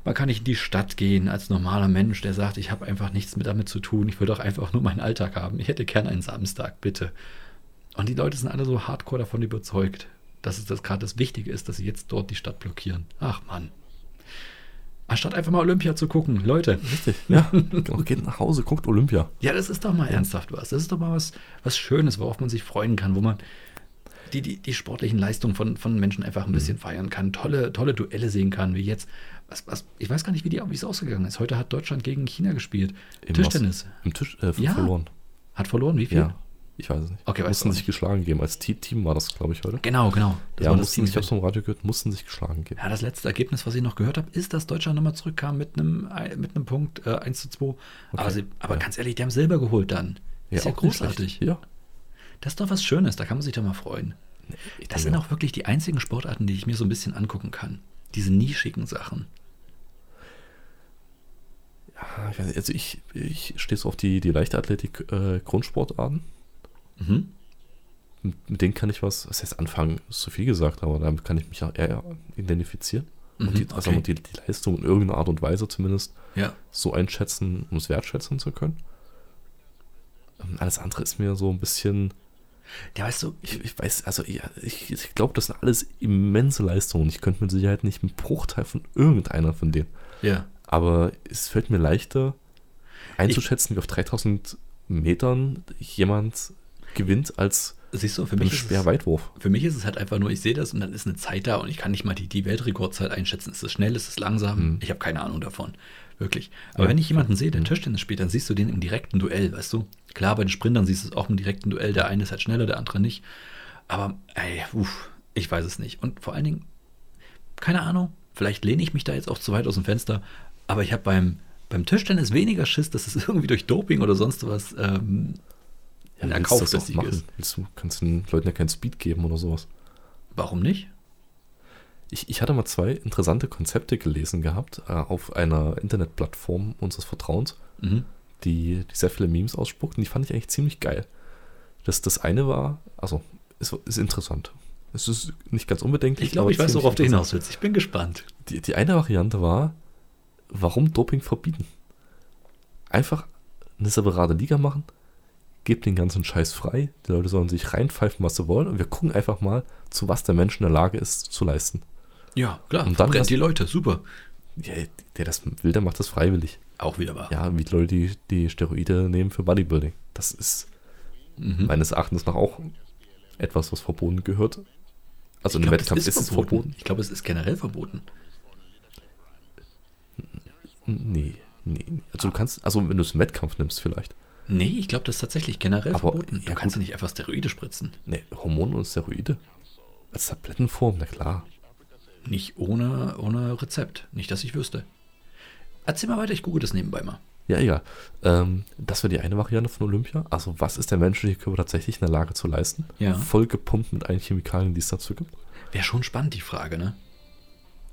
S2: Man kann nicht in die Stadt gehen als normaler Mensch, der sagt, ich habe einfach nichts mit damit zu tun, ich will doch einfach nur meinen Alltag haben. Ich hätte gern einen Samstag, bitte. Und die Leute sind alle so hardcore davon überzeugt, dass es das gerade das Wichtige ist, dass sie jetzt dort die Stadt blockieren. Ach Mann. Anstatt einfach mal Olympia zu gucken, Leute.
S1: richtig, ja. genau, geht nach Hause, guckt Olympia.
S2: Ja, das ist doch mal ernsthaft was. Das ist doch mal was, was Schönes, worauf man sich freuen kann, wo man die, die, die sportlichen Leistungen von, von Menschen einfach
S1: Mhm.
S2: ein bisschen feiern kann, tolle, tolle Duelle sehen kann, wie jetzt. Was, was, ich weiß gar nicht, wie die- wie es ausgegangen ist. Heute hat Deutschland gegen China gespielt.
S1: Im
S2: Tischtennis.
S1: Was, Im Tisch äh,
S2: Ja.
S1: verloren.
S2: Hat verloren, wie viel?
S1: Ja. Ich weiß es nicht.
S2: Okay, weißt
S1: mussten
S2: du auch
S1: sich geschlagen geben. Als Te- Team war das, glaube ich, heute.
S2: Genau, genau. Das
S1: ja,
S2: war
S1: mussten, ich
S2: Team-
S1: habe es vom Radio gehört, mussten sich geschlagen geben.
S2: Ja, das letzte Ergebnis, was ich noch gehört habe, ist, dass Deutschland nochmal zurückkam mit einem, mit einem Punkt äh, 1 zu 2. Aber, sie, aber
S1: ja.
S2: ganz ehrlich, die haben Silber geholt dann. ist ja
S1: auch nicht schlecht.
S2: großartig.
S1: Ja.
S2: Das ist doch was Schönes, da kann man sich doch mal freuen. Das sind
S1: denke
S2: auch wirklich die einzigen Sportarten, die ich mir so ein bisschen angucken kann. Diese nischigen Sachen.
S1: Ah, ich weiß nicht, Also ich, ich stehe so auf die, die Leichtathletik äh, Grundsportarten.
S2: Mhm.
S1: Mit mit denen kann ich was, was heißt anfangen, ist zu viel gesagt, aber damit kann ich mich auch eher identifizieren.
S2: Mhm,
S1: und die, also
S2: okay.
S1: die, die Leistung in irgendeiner Art und Weise zumindest
S2: Ja.
S1: so einschätzen, um es wertschätzen zu können. Ähm, Alles andere ist mir so ein bisschen,
S2: Ja, weißt du,
S1: ich, ich weiß, also ja, ich, ich glaube, das sind alles immense Leistungen. Ich könnte mit Sicherheit nicht einen Bruchteil von irgendeiner von denen.
S2: ja.
S1: Aber es fällt mir leichter einzuschätzen, wie auf 3000 Metern jemand gewinnt, als
S2: Siehst du, für
S1: im
S2: mich, ist es,
S1: Speerweitwurf.
S2: für mich ist es halt einfach nur, ich sehe das und dann ist eine Zeit da und ich kann nicht mal die, die Weltrekordzeit einschätzen. Ist es schnell, ist es langsam? Ich habe keine Ahnung davon. Wirklich.
S1: Mhm.
S2: Aber
S1: Ja. Mhm.
S2: wenn ich jemanden sehe, der Tischtennis spielt, dann siehst du den im direkten Duell, weißt du? Klar, bei den Sprintern siehst du es auch im direkten Duell. Der eine ist halt schneller, der andere nicht. Aber, ey, uff, ich weiß es nicht. Und vor allen Dingen, keine Ahnung, vielleicht lehne ich mich da jetzt auch zu weit aus dem Fenster, aber ich habe beim, beim Tischtennis weniger Schiss, dass es irgendwie durch Doping oder sonst was ähm, ein
S1: willst du
S2: Erkauf
S1: das
S2: des
S1: auch
S2: Sieges.
S1: Willst du kannst den Leuten ja keinen Speed geben oder sowas.
S2: Warum nicht?
S1: Ich, ich hatte mal zwei interessante Konzepte gelesen gehabt äh, auf einer Internetplattform unseres Vertrauens,
S2: Mhm.
S1: die, die sehr viele Memes ausspuckten. Die fand ich eigentlich ziemlich geil. Das, das eine war, also, ist, ist interessant. Es ist nicht ganz unbedenklich.
S2: Ich glaube,
S1: aber
S2: ich weiß,
S1: ziemlich
S2: worauf du
S1: interessant.
S2: hinaus willst. Ich bin gespannt.
S1: Die, die eine Variante war, warum Doping verbieten? Einfach eine separate Liga machen, gebt den ganzen Scheiß frei, die Leute sollen sich reinpfeifen, was sie wollen und wir gucken einfach mal, zu was der Mensch in der Lage ist zu leisten.
S2: Ja, klar.
S1: Und dann
S2: Und dann
S1: lass-
S2: die Leute. Super.
S1: Ja, der das will, der macht das freiwillig.
S2: Auch wieder wahr.
S1: Ja, wie die Leute, die, die Steroide nehmen für Bodybuilding. Das ist
S2: Mhm.
S1: meines Erachtens nach auch etwas, was verboten gehört. Also
S2: Ich
S1: im
S2: glaub,
S1: Wettkampf ist, es verboten.
S2: Ich glaube, es ist generell verboten.
S1: Nee, nee. nee. Also du kannst, also wenn du es im Wettkampf nimmst vielleicht.
S2: Nee, ich glaube, das ist tatsächlich generell
S1: Aber-
S2: verboten. Du
S1: ja,
S2: kannst
S1: gut.
S2: ja nicht einfach Steroide spritzen.
S1: Nee, Hormone und Steroide. Als Tablettenform, na klar.
S2: Nicht ohne, ohne Rezept. Nicht, dass ich wüsste. Erzähl mal weiter, ich google das nebenbei mal.
S1: Ja, egal. Ähm, das wäre die eine Variante von Olympia. Also, was ist der menschliche Körper tatsächlich in der Lage zu leisten?
S2: Ja.
S1: Voll gepumpt mit allen Chemikalien, die es dazu gibt.
S2: Wäre schon spannend, die Frage, ne?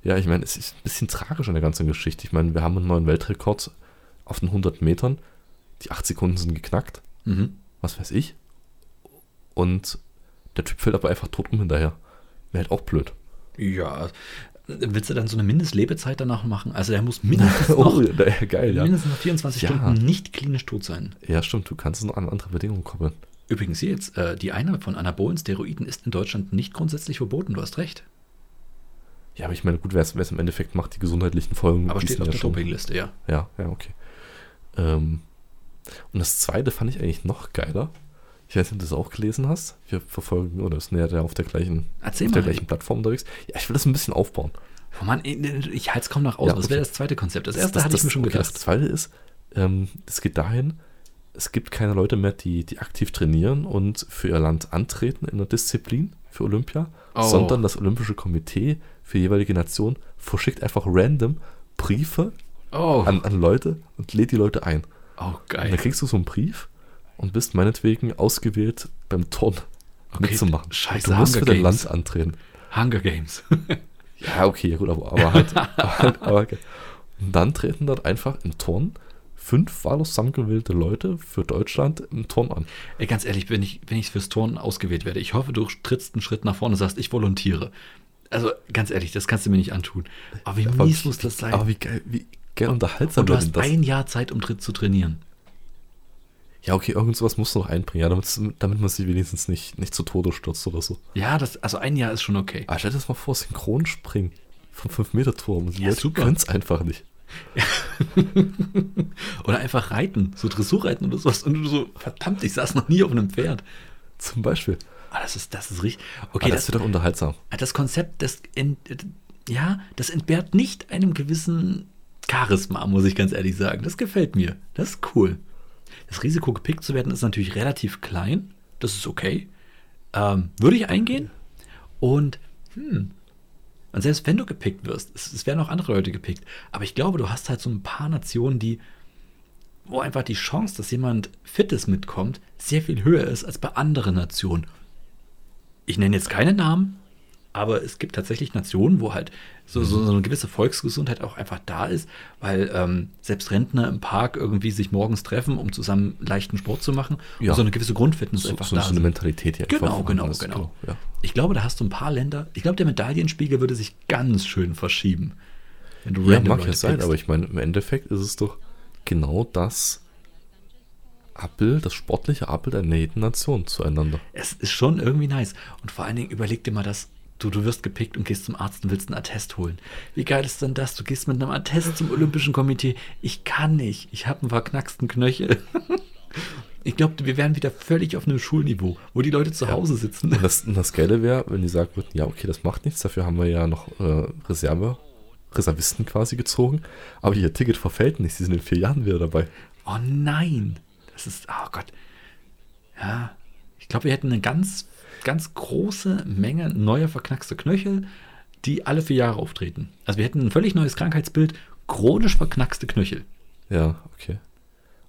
S1: Ja, ich meine, es ist ein bisschen tragisch an der ganzen Geschichte. Ich meine, wir haben einen neuen Weltrekord auf den 100 Metern. Die 8 Sekunden sind geknackt.
S2: Mhm.
S1: Was weiß ich. Und der Typ fällt aber einfach tot um hinterher. Wäre halt auch blöd.
S2: Ja. Willst du dann so eine Mindestlebezeit danach machen? Also der muss mindestens noch,
S1: na, Oh, geil, ja.
S2: mindestens noch 24
S1: Ja.
S2: Stunden nicht klinisch tot sein.
S1: Ja, stimmt. Du kannst es noch an andere Bedingungen koppeln.
S2: Übrigens hier jetzt, äh, die Einnahme von anabolen Steroiden ist in Deutschland nicht grundsätzlich verboten, du hast recht.
S1: Ja, aber ich meine, gut, wer es wer es im Endeffekt macht, die gesundheitlichen Folgen.
S2: Aber
S1: die
S2: steht
S1: sind
S2: auf
S1: ja
S2: der
S1: schon-
S2: Dopingliste, ja.
S1: Ja, ja, okay. Ähm, und das zweite fand ich eigentlich noch geiler. Ich weiß nicht, ob du das auch gelesen hast. Wir verfolgen, oder ist näher ja auf der gleichen,
S2: Erzähl
S1: auf der
S2: mal.
S1: gleichen Plattform unterwegs. Ja, ich will das ein bisschen aufbauen.
S2: Oh Mann, ich, ich halte es kaum nach aus.
S1: Ja,
S2: Was
S1: okay.
S2: wäre das zweite Konzept? Das erste hatte ich mir schon
S1: okay,
S2: gedacht.
S1: Das zweite ist, ähm, es geht dahin, es gibt keine Leute mehr, die, die aktiv trainieren und für ihr Land antreten in der Disziplin für Olympia,
S2: Oh.
S1: sondern das Olympische Komitee für jeweilige Nation verschickt einfach random Briefe
S2: oh.
S1: an, an Leute und lädt die Leute ein.
S2: oh,
S1: Und
S2: geil.
S1: dann kriegst du so einen Brief und bist meinetwegen ausgewählt, beim Turn
S2: Okay,
S1: mitzumachen.
S2: scheiße,
S1: du musst
S2: Hunger
S1: für dein
S2: Games.
S1: Land antreten.
S2: Hunger Games.
S1: Ja, okay, ja gut, aber, aber halt. aber halt aber okay. Und dann treten dort einfach im Turn fünf wahllos zusammengewählte Leute für Deutschland im Turn an.
S2: Ey, ganz ehrlich, wenn ich, wenn ich fürs Turnen ausgewählt werde, ich hoffe, du trittst einen Schritt nach vorne und sagst, ich volontiere. Also ganz ehrlich, das kannst du mir nicht antun. Aber wie
S1: Aber
S2: mies
S1: wie-
S2: muss das sein?
S1: Aber wie geil, wie geil unterhaltsam
S2: und du
S1: wäre denn
S2: hast ein Jahr Zeit, um Tritt zu trainieren.
S1: Ja, okay, irgend sowas musst du noch einbringen, ja, damit, damit man sich wenigstens nicht, nicht zu Tode stürzt oder so.
S2: Ja, das, also ein Jahr ist schon okay.
S1: Aber stell dir das mal vor, Synchronspringen vom 5-Meter-Turm. Die
S2: Ja,
S1: Leute
S2: super.
S1: können es einfach nicht.
S2: Oder einfach reiten, so Dressurreiten oder sowas. Und du so, verdammt, ich saß noch nie auf einem Pferd.
S1: Zum Beispiel.
S2: Ah, das ist, das ist richtig.
S1: Okay,
S2: Okay,
S1: Ah, das,
S2: das,
S1: wird doch unterhaltsam.
S2: das Konzept, das, ent, äh, ja, das entbehrt nicht einem gewissen Charisma, muss ich ganz ehrlich sagen. Das gefällt mir. Das ist cool. Das Risiko, gepickt zu werden, ist natürlich relativ klein. Das ist okay. Ähm, würde ich eingehen. Und, hm, und selbst wenn du gepickt wirst, es, es werden auch andere Leute gepickt. Aber ich glaube, du hast halt so ein paar Nationen, die, wo einfach die Chance, dass jemand Fittes mitkommt, sehr viel höher ist als bei anderen Nationen. Ich nenne jetzt keine Namen, aber es gibt tatsächlich Nationen, wo halt so, so, so eine gewisse Volksgesundheit auch einfach da ist, weil ähm, selbst Rentner im Park irgendwie sich morgens treffen, um zusammen leichten Sport zu machen.
S1: Ja.
S2: Und so eine gewisse Grundfitness
S1: so,
S2: einfach
S1: so,
S2: da
S1: so
S2: ist.
S1: eine Mentalität ja.
S2: Genau,
S1: einfach
S2: genau,
S1: anders,
S2: genau.
S1: Ja.
S2: Ich glaube, da hast du ein paar Länder. Ich glaube, der Medaillenspiegel würde sich ganz schön verschieben. Wenn du
S1: Ja,
S2: random
S1: mag ja
S2: Leute
S1: sein,
S2: pickst.
S1: aber ich meine, im Endeffekt ist es doch genau das Abbild, das sportliche Abbild einer jeden Nation zueinander.
S2: es ist schon irgendwie nice. Und vor allen Dingen überleg dir mal das. Du, du wirst gepickt und gehst zum Arzt und willst einen Attest holen. Wie geil ist denn das? Du gehst mit einem Attest zum Olympischen Komitee. Ich kann nicht. Ich habe einen verknacksten Knöchel. Ich glaube, wir wären wieder völlig auf einem Schulniveau, wo die Leute zu Hause sitzen.
S1: Und das, und das Geile wäre, wenn die sagen würden, ja, okay, das macht nichts, dafür haben wir ja noch äh, Reserve, Reservisten quasi gezogen, aber ihr Ticket verfällt nicht, sie sind in vier Jahren wieder dabei.
S2: Oh nein, das ist, oh Gott. Ja, ich glaube, wir hätten eine ganz, ganz große Menge neuer verknackster Knöchel, die alle vier Jahre auftreten. Also wir hätten ein völlig neues Krankheitsbild, chronisch verknackste Knöchel.
S1: Ja, okay.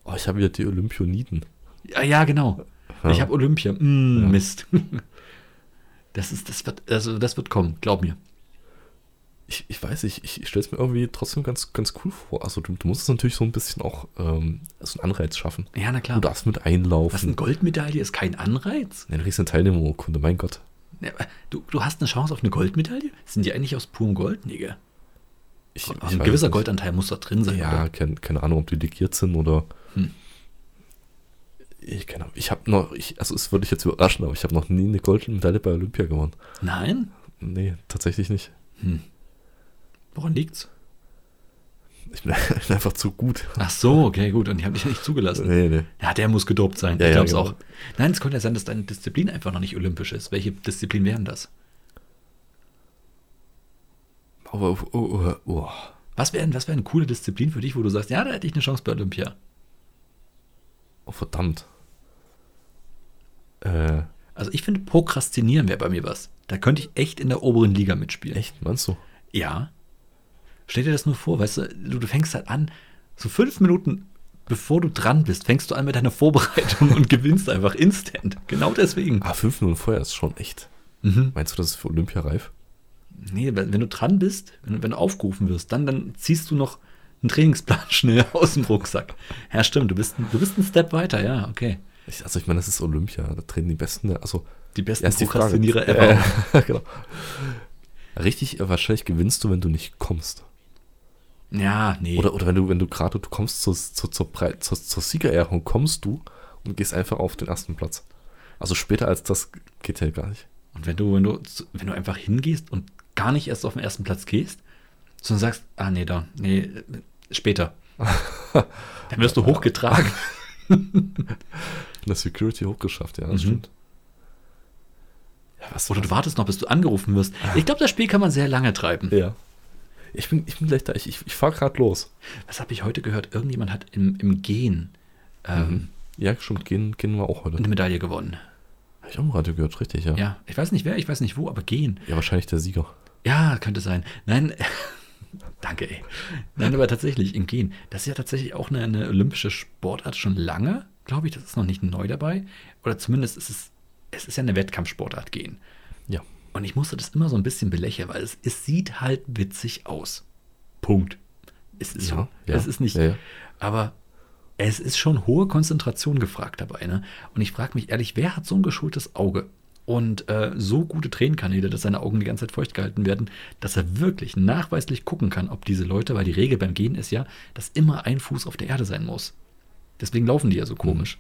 S1: Oh, ich habe wieder die Olympioniden.
S2: Ja, ja genau.
S1: Ja.
S2: Ich habe Olympia. Mm, Mist. Das ist, das wird, also das wird kommen, glaub mir.
S1: ich, ich weiß nicht, ich, ich stelle es mir irgendwie trotzdem ganz, ganz cool vor. Also du, du musst es natürlich so ein bisschen auch ähm, so einen Anreiz schaffen.
S2: Ja, na
S1: Du
S2: klar.
S1: darfst mit
S2: Was, eine
S1: einlaufen.
S2: Goldmedaille ist kein Anreiz?
S1: Ja, du kriegst eine Teilnehmerurkunde, mein Gott.
S2: Ja, aber Du, du hast eine Chance auf eine Goldmedaille? Sind die eigentlich aus purem Gold, Nigga?
S1: Ich, ich
S2: Ein
S1: weiß
S2: gewisser
S1: nicht.
S2: Goldanteil muss da drin sein.
S1: Ja,
S2: oder?
S1: kein, keine Ahnung, ob die legiert sind oder.
S2: Hm.
S1: Ich keine Ahnung. Ich habe noch, ich, also es würde ich jetzt überraschen, aber ich habe noch nie eine goldene Medaille bei Olympia gewonnen.
S2: Nein?
S1: Nee, tatsächlich nicht.
S2: Woran liegt's?
S1: Ich bin einfach zu gut.
S2: Ach so, okay, gut. Und die haben dich ja nicht zugelassen.
S1: Nee, nee.
S2: Ja, der muss gedopt sein.
S1: Ja,
S2: ich
S1: ja,
S2: glaube es
S1: genau.
S2: auch. Nein, es könnte ja sein, dass deine Disziplin einfach noch nicht olympisch ist. Welche Disziplin wären das?
S1: Aber oh, oh, oh.
S2: Was wären was wär eine coole Disziplin für dich, wo du sagst, ja, da hätte ich eine Chance bei Olympia?
S1: oh verdammt. Äh,
S2: Also ich finde, Prokrastinieren wäre bei mir was. Da könnte ich echt in der oberen Liga mitspielen.
S1: echt, meinst du?
S2: Ja. Stell dir das nur vor, weißt du, du, du fängst halt an, so fünf Minuten bevor du dran bist, fängst du an mit deiner Vorbereitung und gewinnst einfach instant. Genau deswegen.
S1: Ah, 5 Minuten vorher ist schon echt.
S2: Mhm.
S1: Meinst du, das ist für Olympia reif?
S2: Nee, wenn, wenn du dran bist, wenn, wenn du aufgerufen wirst, dann, dann ziehst du noch einen Trainingsplan schnell aus dem Rucksack. Ja, stimmt, du bist, ein- du bist einen Step weiter, ja, okay.
S1: Ich, also ich meine, das ist Olympia. Da trainen die Besten, der- also
S2: Die besten
S1: Ja, ist die Frage.
S2: Prokrastinierer
S1: Ja,
S2: ever.
S1: ja, genau. Richtig, äh, wahrscheinlich gewinnst du, wenn du nicht kommst.
S2: Ja, nee.
S1: Oder, oder wenn du, wenn du gerade, du kommst zur, zur, zur, Brei- zur, zur Siegerehrung, kommst du und gehst einfach auf den ersten Platz. Also später als das geht ja gar nicht.
S2: Und wenn du, wenn du, zu- wenn du einfach hingehst und gar nicht erst auf den ersten Platz gehst, sondern sagst, ah nee, da, nee, äh, später. Dann wirst du hochgetragen.
S1: Eine Security hochgeschafft, ja, das
S2: Mhm.
S1: stimmt. Ja, was
S2: Oder du wartest noch, bis du angerufen wirst. Ich glaube, das Spiel kann man sehr lange treiben.
S1: Ja. Ich bin, ich bin gleich da, ich, ich, ich fahr gerade los.
S2: Was habe ich heute gehört? Irgendjemand hat im, im Gehen ähm,
S1: Ja, stimmt, gehen, gehen wir auch heute.
S2: eine Medaille gewonnen.
S1: Habe ich auch im Radio gehört, richtig, Mhm. ja.
S2: Ja, ich weiß nicht wer, ich weiß nicht wo, aber Gehen.
S1: Ja, wahrscheinlich der Sieger.
S2: Ja, könnte sein. Nein, danke, ey. Nein, aber tatsächlich, im Gehen. Das ist ja tatsächlich auch eine, eine olympische Sportart schon lange, glaube ich. Das ist noch nicht neu dabei. Oder zumindest ist es, es ist ja eine Wettkampfsportart Gehen.
S1: Ja.
S2: Und ich musste das immer so ein bisschen belächeln, weil es, es sieht halt witzig aus. Punkt. Es ist
S1: Ja,
S2: so.
S1: ja,
S2: es ist nicht.
S1: ja, ja.
S2: Aber es ist schon hohe Konzentration gefragt dabei. Ne? Und ich frage mich ehrlich, wer hat so ein geschultes Auge und äh, so gute Tränenkanäle, dass seine Augen die ganze Zeit feucht gehalten werden, dass er wirklich nachweislich gucken kann, ob diese Leute, weil die Regel beim Gehen ist ja, dass immer ein Fuß auf der Erde sein muss. Deswegen laufen die ja so
S1: Hm.
S2: komisch.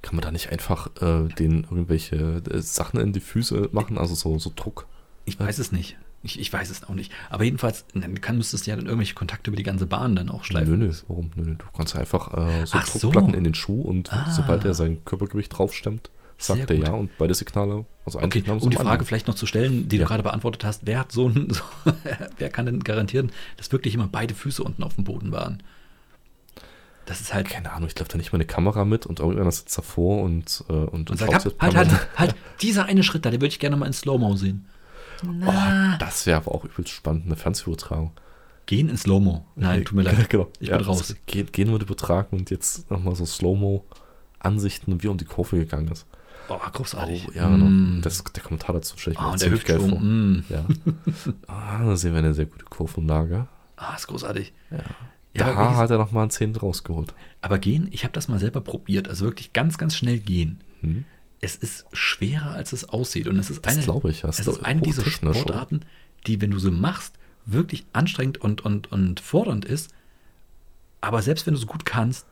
S1: Kann man da nicht einfach äh, den irgendwelche äh, Sachen in die Füße machen, also so, so Druck?
S2: Ich weiß es nicht. Ich, ich weiß es auch nicht. Aber jedenfalls, dann kann, müsstest du ja dann irgendwelche Kontakte über die ganze Bahn dann auch schleifen.
S1: Nö, nö, warum? Nö, nö, du kannst einfach äh, so
S2: Ach so.
S1: Druckplatten in den Schuh und
S2: Ah.
S1: sobald er sein Körpergewicht draufstemmt,
S2: Sehr
S1: sagt er
S2: gut.
S1: ja und beide Signale, also ein
S2: Okay,
S1: Signal muss
S2: um die
S1: zum
S2: Frage
S1: anderen.
S2: vielleicht noch zu stellen, die
S1: Ja.
S2: du gerade beantwortet hast, wer hat so einen, so, wer kann denn garantieren, dass wirklich immer beide Füße unten auf dem Boden waren? Das ist halt.
S1: Keine Ahnung, ich glaube, da nicht mal eine Kamera mit und irgendeiner sitzt davor und, äh, und,
S2: Und
S1: und
S2: sagt,
S1: schaut
S2: halt,
S1: sich-
S2: halt, halt, halt, dieser eine Schritt da, den würde ich gerne mal in Slow-Mo sehen.
S1: Oh,
S2: Na,
S1: das wäre aber auch übelst spannend, eine Fernsehübertragung.
S2: gehen in Slow-Mo. Nein, tut mir leid.
S1: Genau.
S2: Ich
S1: Ja,
S2: bin raus.
S1: das Gehen, gehen würde übertragen und jetzt nochmal so Slow-Mo-Ansichten, wie er um die Kurve gegangen ist.
S2: Oh, großartig.
S1: ja, genau.
S2: Mm.
S1: Das, der Kommentar dazu stelle ich mir
S2: Ah, und der
S1: ziemlich geil vor.
S2: Hüftsprung. Mm.
S1: Ja. ah, da sehen wir eine sehr gute Kurvenlage.
S2: Ah, ist großartig. Ja. aber wie
S1: Da
S2: gesagt,
S1: hat er nochmal einen Zehn rausgeholt.
S2: Aber gehen, ich habe das mal selber probiert, also wirklich ganz, ganz schnell gehen.
S1: Hm.
S2: Es ist schwerer, als es aussieht. Und es ist
S1: Das
S2: eine,
S1: glaube ich, ja.
S2: es
S1: Das
S2: ist
S1: ist
S2: eine dieser
S1: hochtechnisch, oder?
S2: Sportarten, die, wenn du sie machst, wirklich anstrengend und, und, und fordernd ist. Aber selbst wenn du es gut kannst,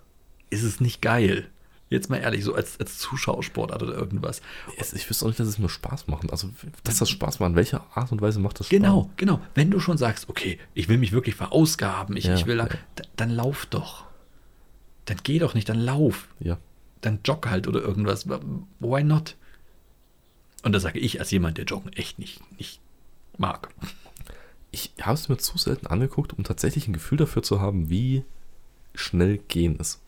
S2: ist es nicht geil. Jetzt mal ehrlich, so als, als Zuschauersportart oder irgendwas.
S1: Es, ich wüsste auch nicht, dass es mir Spaß macht. Also, dass das Spaß macht. In welcher Art und Weise macht das Spaß?
S2: Genau, genau. Wenn du schon sagst, okay, ich will mich wirklich verausgaben, ich,
S1: Ja,
S2: ich will, lang-
S1: ja.
S2: d- dann lauf doch. Dann geh doch nicht, dann lauf.
S1: Ja.
S2: dann jogg halt oder irgendwas. Why not? Und da sage ich als jemand, der Joggen echt nicht, nicht mag.
S1: Ich habe es mir zu selten angeguckt, um tatsächlich ein Gefühl dafür zu haben, wie schnell gehen ist.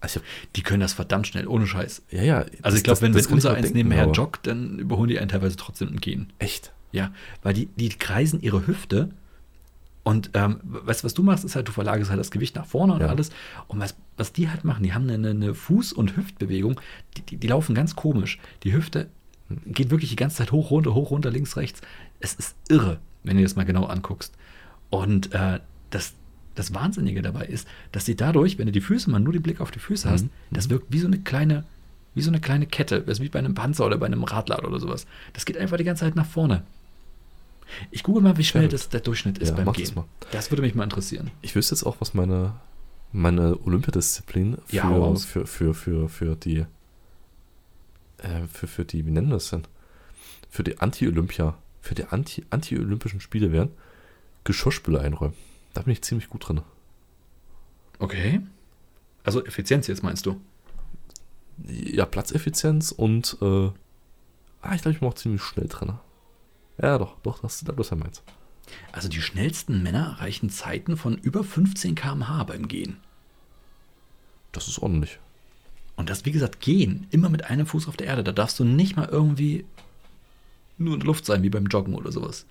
S1: Also, ich
S2: Die können das verdammt schnell, ohne Scheiß.
S1: hab, ja, ja.
S2: Also ich glaube, wenn, wenn unser eins nebenher
S1: Job
S2: joggt, dann überholen die einen teilweise trotzdem im Gehen.
S1: Echt?
S2: Ja, weil die, die kreisen ihre Hüfte und ähm, weißt du, was du machst, ist halt, du verlagerst halt das Gewicht nach vorne und
S1: Ja.
S2: alles. Und was, was die halt machen, die haben eine, eine Fuß- und Hüftbewegung, die, die, die laufen ganz komisch. Die Hüfte geht wirklich die ganze Zeit hoch, runter, hoch, runter, links, rechts. Es ist irre. wenn du dir das mal genau anguckst. Und äh, das, das Wahnsinnige dabei ist, dass sie dadurch, wenn du die Füße mal nur den Blick auf die Füße hast,
S1: Mhm.
S2: das wirkt wie so eine kleine, wie so eine kleine Kette. Das ist wie bei einem Panzer oder bei einem Radler oder sowas. Das geht einfach die ganze Zeit nach vorne. Ich google mal, wie schnell
S1: gut.
S2: das der Durchschnitt ist
S1: Ja,
S2: beim
S1: mach
S2: Gehen.
S1: das
S2: Das,
S1: mal.
S2: würde mich mal interessieren.
S1: Ich wüsste jetzt auch, was meine, meine Olympiadisziplin für,
S2: Ja, hau raus.
S1: für, für, für, für die. Äh, für, für die, wie nennen wir das denn? Für die Anti-Olympia, für die Anti- Anti-Olympischen Spiele wären, Geschirrspüle einräumen. Da bin ich ziemlich gut drin.
S2: Okay. Also Effizienz jetzt meinst du?
S1: Ja, Platzeffizienz und. Äh, ah, ich glaube, ich bin auch ziemlich schnell drin. Ja, doch, doch, das, das ist ja meins.
S2: Also die schnellsten Männer erreichen Zeiten von über 15 km/h beim Gehen.
S1: Das ist ordentlich.
S2: Und das, wie gesagt, Gehen, immer mit einem Fuß auf der Erde. Da darfst du nicht mal irgendwie nur in der Luft sein, wie beim Joggen oder sowas.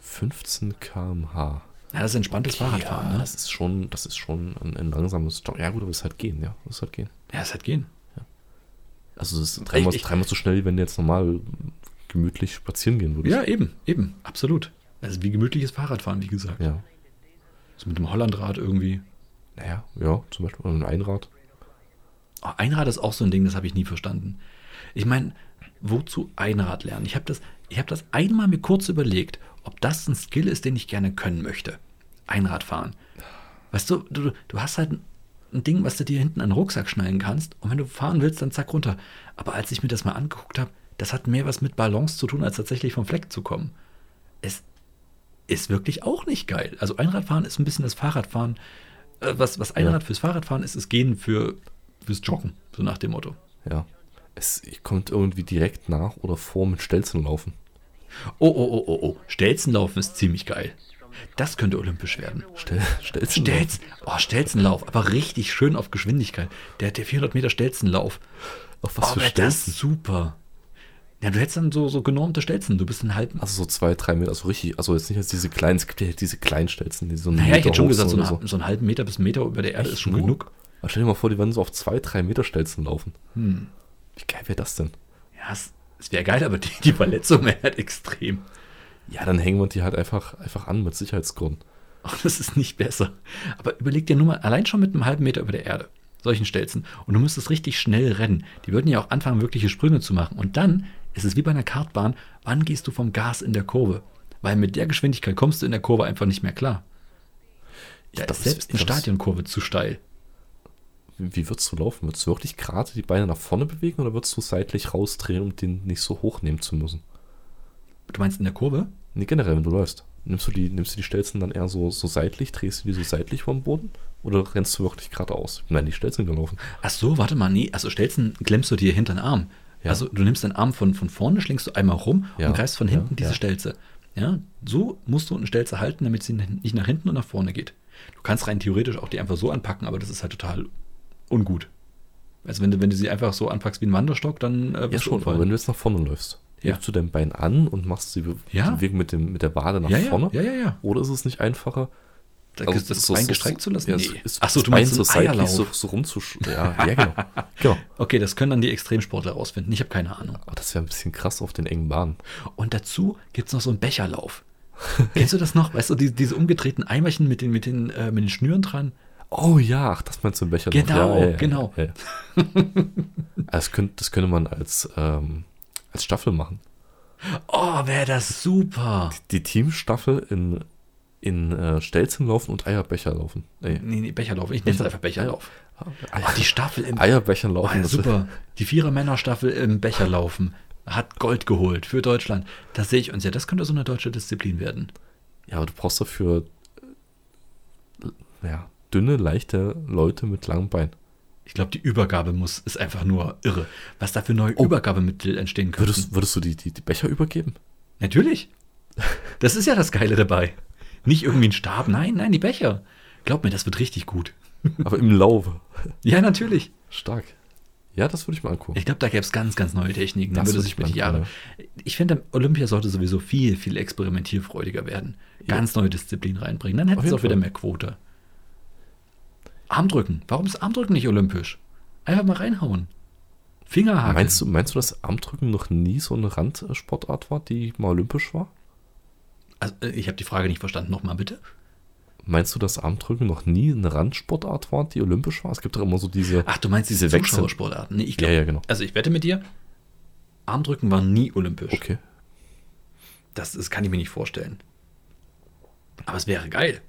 S1: 15 km/h.
S2: Ja, das ist entspanntes Fahrradfahren, ne?
S1: das ist schon, das ist schon ein, ein langsames Jog. Ja, gut, aber es ist halt gehen, ja. Es ist halt gehen.
S2: Ja, es hat Gehen.
S1: Also es ist dreimal,
S2: ich-
S1: dreimal so schnell, wie wenn du jetzt normal gemütlich spazieren gehen würdest.
S2: Ja, eben, eben, absolut. Das ist wie gemütliches Fahrradfahren, wie gesagt.
S1: Ja.
S2: So mit dem Hollandrad irgendwie.
S1: Naja, ja, zum Beispiel ein Einrad.
S2: Oh, Einrad ist auch so ein Ding, das habe ich nie verstanden. Ich meine, wozu Einrad lernen? Ich habe das, ich hab das einmal mir kurz überlegt, ob das ein Skill ist, den ich gerne können möchte. Einrad fahren. Weißt du, du, du hast halt ein, ein Ding, was du dir hinten an den Rucksack schnallen kannst und wenn du fahren willst, dann zack runter. Aber als ich mir das mal angeguckt habe, das hat mehr was mit Balance zu tun, als tatsächlich vom Fleck zu kommen. Es ist wirklich auch nicht geil. Also Einradfahren ist ein bisschen das Fahrradfahren. Äh, was, was Einrad fürs Fahrradfahren ist, ist Gehen für, fürs Joggen, so nach dem Motto.
S1: Ja. Es kommt irgendwie direkt nach oder vor mit Stelzen laufen.
S2: Oh, oh, oh, oh, oh. Stelzenlaufen ist ziemlich geil. Das könnte olympisch werden.
S1: Stel, Stelzen.
S2: Stelz, oh, Stelzenlauf, aber richtig schön auf Geschwindigkeit. Der, der 400 Meter Stelzenlauf.
S1: Auf was
S2: oh,
S1: für
S2: wär das
S1: Stelzen?
S2: super. Ja, du hättest dann so, so genormte Stelzen. Du bist einen halben.
S1: Also so zwei, drei Meter, also richtig, also jetzt nicht als diese kleinen, es gibt ja diese kleinen Stelzen, die so einen
S2: Naja, ich hätte schon
S1: hoch sind
S2: gesagt, so, einen
S1: oder
S2: hal- so einen halben Meter bis einen Meter über der Erde ist schon
S1: Nur?
S2: genug.
S1: Aber Stell dir mal vor, die würden so auf zwei, drei Meter Stelzen laufen.
S2: Hm.
S1: Wie geil wäre das denn?
S2: Ja, es, es wäre geil, aber die, die Verletzung wäre halt extrem.
S1: Ja, dann hängen wir die halt einfach, einfach an mit Sicherheitsgründen.
S2: Ach, das ist nicht besser. Aber überleg dir nur mal, allein schon mit einem halben Meter über der Erde, solchen Stelzen. Und du müsstest richtig schnell rennen. Die würden ja auch anfangen, wirkliche Sprünge zu machen. Und dann ist es wie bei einer Kartbahn, wann gehst du vom Gas in der Kurve? Weil mit der Geschwindigkeit kommst du in der Kurve einfach nicht mehr klar. Da
S1: glaub,
S2: ist
S1: es-
S2: selbst
S1: ich
S2: eine
S1: glaub, es-
S2: Stadionkurve zu steil.
S1: Wie, wie würdest du laufen? Würdest du wirklich gerade die Beine nach vorne bewegen oder würdest du seitlich rausdrehen, um den nicht so hochnehmen zu müssen?
S2: Du meinst in der Kurve?
S1: Nee, generell, wenn du läufst. Nimmst du die, nimmst du die Stelzen dann eher so, so seitlich, drehst du die so seitlich vom Boden oder rennst du wirklich geradeaus? Nein, die Stelzen gelaufen.
S2: Ach so, warte mal, nee, also Stelzen klemmst du dir hinter den Arm.
S1: Ja.
S2: Also du nimmst den Arm von, von vorne, schlingst du einmal rum
S1: Ja,
S2: und greifst von
S1: ja,
S2: hinten diese
S1: ja.
S2: Stelze. Ja, so musst du eine Stelze halten, damit sie nicht nach hinten und nach vorne geht. Du kannst rein theoretisch auch die einfach so anpacken, aber das ist halt total ungut. Also wenn du, wenn du sie einfach so anpackst wie einen Wanderstock, dann äh, wirst
S1: Ja, schon, Also, aber wenn
S2: umfallen.
S1: du jetzt nach vorne läufst,
S2: Ja.
S1: hebst du dein Bein an und machst die, Be
S2: Ja.
S1: die Bewegung mit, dem, mit der Wade nach
S2: Ja, ja,
S1: vorne?
S2: ja, ja, ja.
S1: Oder ist es nicht einfacher,
S2: Da-
S1: also
S2: das
S1: so-
S2: Bein
S1: so-
S2: gestreckt zu lassen?
S1: Ja,
S2: nee.
S1: ist,
S2: Ach so,
S1: das
S2: du
S1: Bein
S2: meinst so
S1: so
S2: einen
S1: seitlich
S2: Eierlauf.
S1: so, so rumzusch... Ja, ja, genau. genau.
S2: Okay, das können dann die Extremsportler rausfinden. Ich habe keine Ahnung.
S1: Aber das wäre ein bisschen krass auf den engen Bahnen.
S2: Und dazu gibt es noch so einen Becherlauf. Kennst du das noch? Weißt du, die, diese umgedrehten Eimerchen mit den, mit, den, äh, mit den Schnüren dran?
S1: Oh ja, ach, das meinst du im Becher.
S2: Genau,
S1: ja, ja, ja,
S2: genau.
S1: Ja, ja. das, könnte, das könnte man als, ähm, als Staffel machen.
S2: Oh, wäre das super.
S1: Die Teamstaffel in, in äh, Stelzen laufen und Eierbecher laufen. Nee,
S2: Nee, nee, Becherlauf. Ich nenne es einfach Becherlauf. Oh, die Staffel im
S1: Eierbecher
S2: oh,
S1: laufen.
S2: ja,
S1: das-
S2: super. Die Vierer-Männer-Staffel im Becherlaufen hat Gold geholt für Deutschland. Das sehe ich uns ja. Das könnte so eine deutsche Disziplin werden.
S1: Ja, aber du brauchst dafür äh, ja, dünne, leichte Leute mit langem Bein.
S2: Ich glaube, die Übergabe muss, ist einfach nur irre. Was da für neue Übergabemittel entstehen könnten.
S1: Würdest, würdest du die, die, die Becher übergeben?
S2: Natürlich. Das ist ja das Geile dabei. Nicht irgendwie ein Stab, nein, nein, die Becher. Glaub mir, das wird richtig gut.
S1: Aber im Laufe.
S2: Ja, natürlich.
S1: Stark. Ja, das würde ich mal angucken.
S2: Ich glaube, da gäbe es ganz, ganz neue Techniken. Da
S1: Das
S2: würde
S1: würde
S2: sich
S1: ich
S2: mit
S1: meinen,
S2: Jahren. Ich finde, Olympia sollte sowieso viel, viel experimentierfreudiger werden. Ganz neue Disziplinen reinbringen. Dann hätten
S1: Auf
S2: sie
S1: jeden
S2: auch wieder
S1: Fall.
S2: mehr Quote. Armdrücken. Warum ist Armdrücken nicht olympisch? Einfach mal reinhauen. Fingerhaken.
S1: Meinst du, meinst du, dass Armdrücken noch nie so eine Randsportart war, die mal olympisch war?
S2: Also, äh, ich habe die Frage nicht verstanden. Nochmal bitte.
S1: Meinst du, dass Armdrücken noch nie eine Randsportart war, die olympisch war? Es gibt doch immer so diese.
S2: Ach, du meinst diese
S1: Diese Wechsel-
S2: Zuschauersportarten? Nee, ich glaub,
S1: Ja, ja, genau.
S2: Also ich wette mit dir, Armdrücken war nie olympisch.
S1: Okay.
S2: Das, das kann ich mir nicht vorstellen. Aber es wäre geil.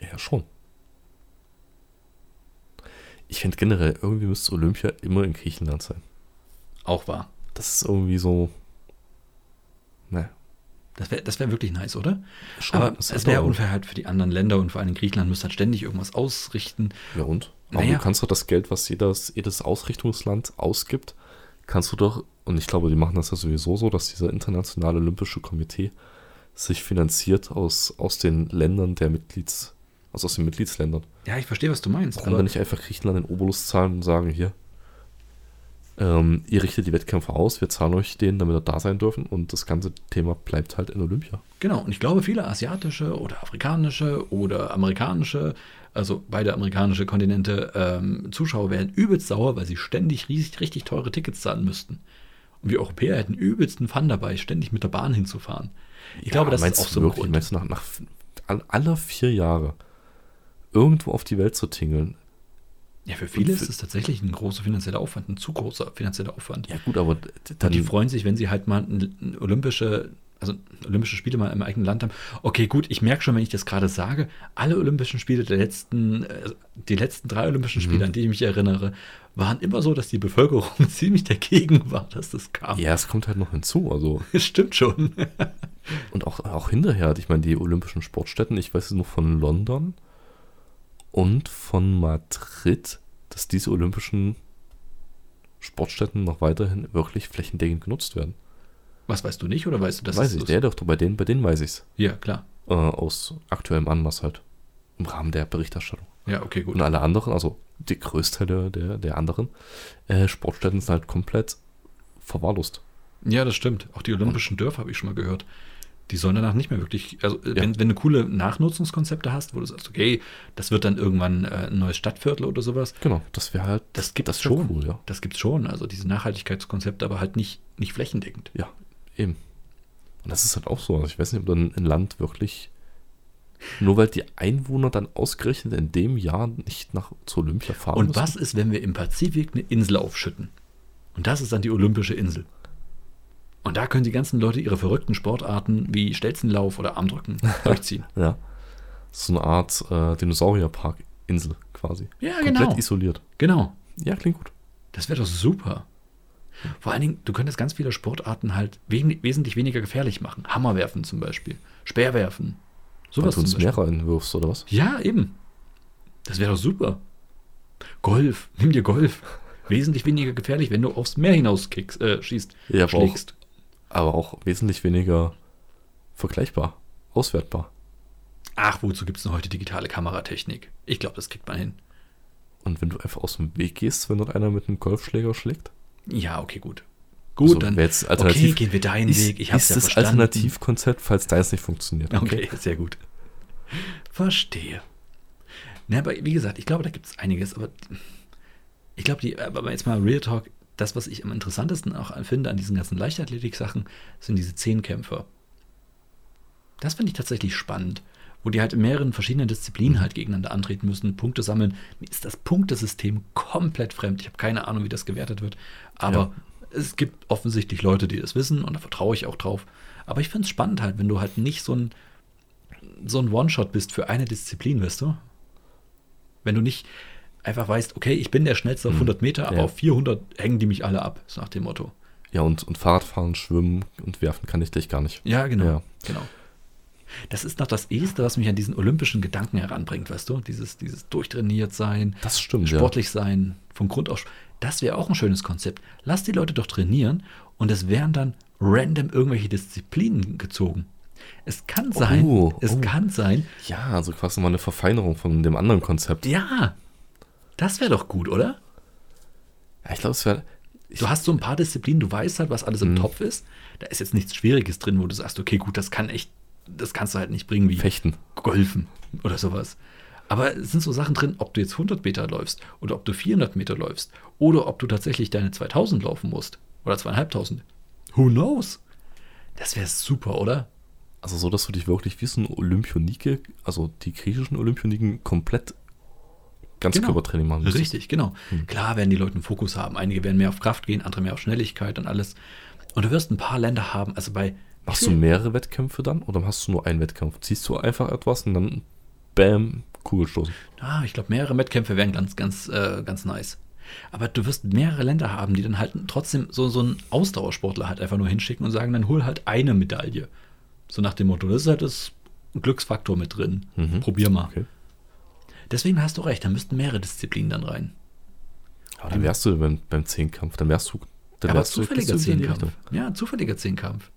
S1: Ja, schon. Ich finde generell, irgendwie müsste Olympia immer in Griechenland sein.
S2: Auch wahr.
S1: Das ist irgendwie so. Ne.
S2: Das wäre das wär wirklich nice, oder?
S1: Schon,
S2: Aber
S1: das
S2: es
S1: ist
S2: wäre
S1: doch-
S2: unfair halt für die anderen Länder und vor allem Griechenland müsste halt ständig irgendwas ausrichten.
S1: Ja und? Aber
S2: Naja.
S1: du kannst doch das Geld, was jedes, jedes Ausrichtungsland ausgibt, kannst du doch, und ich glaube, die machen das ja sowieso so, dass dieser internationale olympische Komitee sich finanziert aus, aus den Ländern der Mitglieds, also aus den Mitgliedsländern.
S2: Ja, ich verstehe, was du meinst.
S1: Warum dann nicht einfach Griechenland den Obolus zahlen und sagen, hier, ähm, ihr richtet die Wettkämpfe aus, wir zahlen euch den, damit ihr da sein dürfen und das ganze Thema bleibt halt in Olympia.
S2: Genau, und ich glaube, viele asiatische oder afrikanische oder amerikanische, also beide amerikanische Kontinente, ähm, Zuschauer wären übelst sauer, weil sie ständig riesig, richtig teure Tickets zahlen müssten. Und wir Europäer hätten übelsten Fun dabei, ständig mit der Bahn hinzufahren. Ich glaube, das ist
S1: meinst
S2: auch
S1: du
S2: so ein
S1: wirklich,
S2: Grund.
S1: meinst du nach, nach all- alle vier Jahre irgendwo auf die Welt zu tingeln?
S2: Ja, für viele
S1: für-
S2: ist es tatsächlich ein großer finanzieller Aufwand, ein zu großer finanzieller Aufwand.
S1: Ja gut, aber d-
S2: Und
S1: dann
S2: die freuen sich, wenn sie halt mal ein, ein olympische, also olympische Spiele mal im eigenen Land haben. Okay, gut, ich merke schon, wenn ich das gerade sage, alle olympischen Spiele der letzten, äh, die letzten drei olympischen
S1: Mhm.
S2: Spiele, an die ich mich erinnere, waren immer so, dass die Bevölkerung ziemlich dagegen war, dass das kam.
S1: ja, es kommt halt noch hinzu, also
S2: Stimmt schon.
S1: und auch, auch hinterher, ich meine die olympischen Sportstätten, ich weiß es nur von London und von Madrid, dass diese olympischen Sportstätten noch weiterhin wirklich flächendeckend genutzt werden.
S2: Was weißt du nicht oder weißt du das?
S1: weiß ich, der doch bei denen, bei denen weiß ich's
S2: Ja, klar.
S1: äh, aus aktuellem Anlass halt im Rahmen der Berichterstattung.
S2: Ja, okay, gut.
S1: Und alle anderen, also die Größteil der, der, der anderen äh, Sportstätten sind halt komplett verwahrlost.
S2: Ja, das stimmt. Auch die olympischen Dörfer habe ich schon mal gehört. Die sollen danach nicht mehr wirklich, also äh, wenn, wenn du coole Nachnutzungskonzepte hast, wo du sagst, okay, das wird dann irgendwann äh, ein neues Stadtviertel oder sowas,
S1: Genau, das wäre halt
S2: Das gibt
S1: das
S2: es
S1: wär
S2: schon.
S1: cool, ja.
S2: Das gibt es schon. Also diese Nachhaltigkeitskonzepte, aber halt nicht, nicht flächendeckend.
S1: Ja, eben. Und das ist halt auch so. Also ich weiß nicht, ob dann ein Land wirklich. Nur weil die Einwohner dann ausgerechnet in dem Jahr nicht nach zur Olympia fahren
S2: Und
S1: müssen.
S2: was ist, wenn wir im Pazifik eine Insel aufschütten? Und das ist dann die Olympische Insel. Und da können die ganzen Leute ihre verrückten Sportarten wie Stelzenlauf oder Armdrücken durchziehen.
S1: Ja. So eine Art äh, Dinosaurierpark-Insel quasi.
S2: Ja,
S1: Komplett
S2: genau.
S1: isoliert.
S2: Genau.
S1: Ja, klingt gut.
S2: Das wäre doch super. Vor allen Dingen, du könntest ganz viele Sportarten halt wen- wesentlich weniger gefährlich machen. Hammerwerfen zum Beispiel, Speerwerfen,
S1: Weil
S2: sowas
S1: du
S2: zum
S1: uns
S2: Beispiel.
S1: mehr reinwirfst oder was?
S2: Ja, eben. Das wäre doch super. Golf, nimm dir Golf. Wesentlich weniger gefährlich, wenn du aufs Meer hinaus kickst, äh, schießt,
S1: Ja, aber auch-
S2: schlägst.
S1: Aber auch wesentlich weniger vergleichbar, auswertbar.
S2: Ach, wozu gibt es denn heute digitale Kameratechnik? Ich glaube, das kriegt man hin.
S1: Und wenn du einfach aus dem Weg gehst, wenn dort einer mit einem Golfschläger schlägt?
S2: Ja, okay, gut. Gut,
S1: Also,
S2: dann
S1: wäre jetzt
S2: okay,
S1: alternativ-
S2: gehen wir deinen
S1: Ist,
S2: Weg. Ich hab's
S1: ist
S2: ja
S1: das
S2: verstanden.
S1: Alternativkonzept, falls deins nicht funktioniert?
S2: Okay, sehr gut. Verstehe. Na, aber wie gesagt, ich glaube, da gibt es einiges, aber ich glaube, die, aber jetzt mal Real Talk, das, was ich am interessantesten auch finde an diesen ganzen Leichtathletik-Sachen, sind diese Zehnkämpfer. Das finde ich tatsächlich spannend, wo die halt in mehreren verschiedenen Disziplinen halt gegeneinander antreten müssen, Punkte sammeln. Mir ist das Punktesystem komplett fremd. Ich habe keine Ahnung, wie das gewertet wird, aber es gibt offensichtlich Leute, die das wissen und da vertraue ich auch drauf. Aber ich finde es spannend halt, wenn du halt nicht so ein, so ein One-Shot bist für eine Disziplin, weißt du? Wenn du nicht einfach weißt, okay, ich bin der Schnellste auf 100 Meter, aber
S1: Ja.
S2: auf 400 hängen die mich alle ab, so nach dem Motto.
S1: Ja, und, und Fahrradfahren, Schwimmen und Werfen kann ich gleich gar nicht.
S2: Ja, genau.
S1: Ja.
S2: genau. Das ist noch das Erste, was mich an diesen olympischen Gedanken heranbringt, weißt du? Dieses, dieses durchtrainiert sein,
S1: Das stimmt,
S2: sportlich sein, vom Grund aus. Das wäre auch ein schönes Konzept. Lass die Leute doch trainieren und es wären dann random irgendwelche Disziplinen gezogen. Es kann sein,
S1: Oh,
S2: es
S1: oh.
S2: kann sein,
S1: ja. Ja, also quasi mal eine Verfeinerung von dem anderen Konzept.
S2: ja, das wäre doch gut, oder?
S1: Ja, ich Mhm. glaube, es wäre...
S2: Du hast so ein paar Disziplinen, du weißt halt, was alles im Topf ist. Da ist jetzt nichts Schwieriges drin, wo du sagst, okay, gut, das kann echt, das kannst du halt nicht bringen wie
S1: Fechten.
S2: Golfen oder sowas. Aber es sind so Sachen drin, ob du jetzt 100 Meter läufst oder ob du 400 Meter läufst oder ob du tatsächlich deine 2000 laufen musst oder 2500. Who knows? Das wäre super, oder?
S1: Also so, dass du dich wirklich wie so eine Olympionike, also die griechischen Olympioniken, komplett Ganzkörpertraining machen müsstest.
S2: Genau. Richtig, genau.
S1: Hm.
S2: Klar werden die Leute einen Fokus haben. Einige werden mehr auf Kraft gehen, andere mehr auf Schnelligkeit und alles. Und du wirst ein paar Länder haben, also bei.
S1: Machst du mehrere Wettkämpfe dann oder hast du nur einen Wettkampf? Ziehst du einfach etwas und dann bam, Kugelstoßen.
S2: Ah, ich glaube, mehrere Wettkämpfe wären ganz, ganz, äh, ganz nice. Aber du wirst mehrere Länder haben, die dann halt trotzdem so, so einen Ausdauersportler halt einfach nur hinschicken und sagen, dann hol halt eine Medaille. So nach dem Motto, das ist halt das Glücksfaktor mit drin.
S1: Mhm.
S2: Probier mal.
S1: Okay.
S2: Deswegen hast du recht, da müssten mehrere Disziplinen dann rein.
S1: Aber dann wärst du beim, beim Zehnkampf, dann wärst du. Dann
S2: Genau. Aber
S1: wärst du-
S2: zufälliger
S1: gehst du in die
S2: Zehnkampf.
S1: Richtung.
S2: Ja, zufälliger Zehnkampf.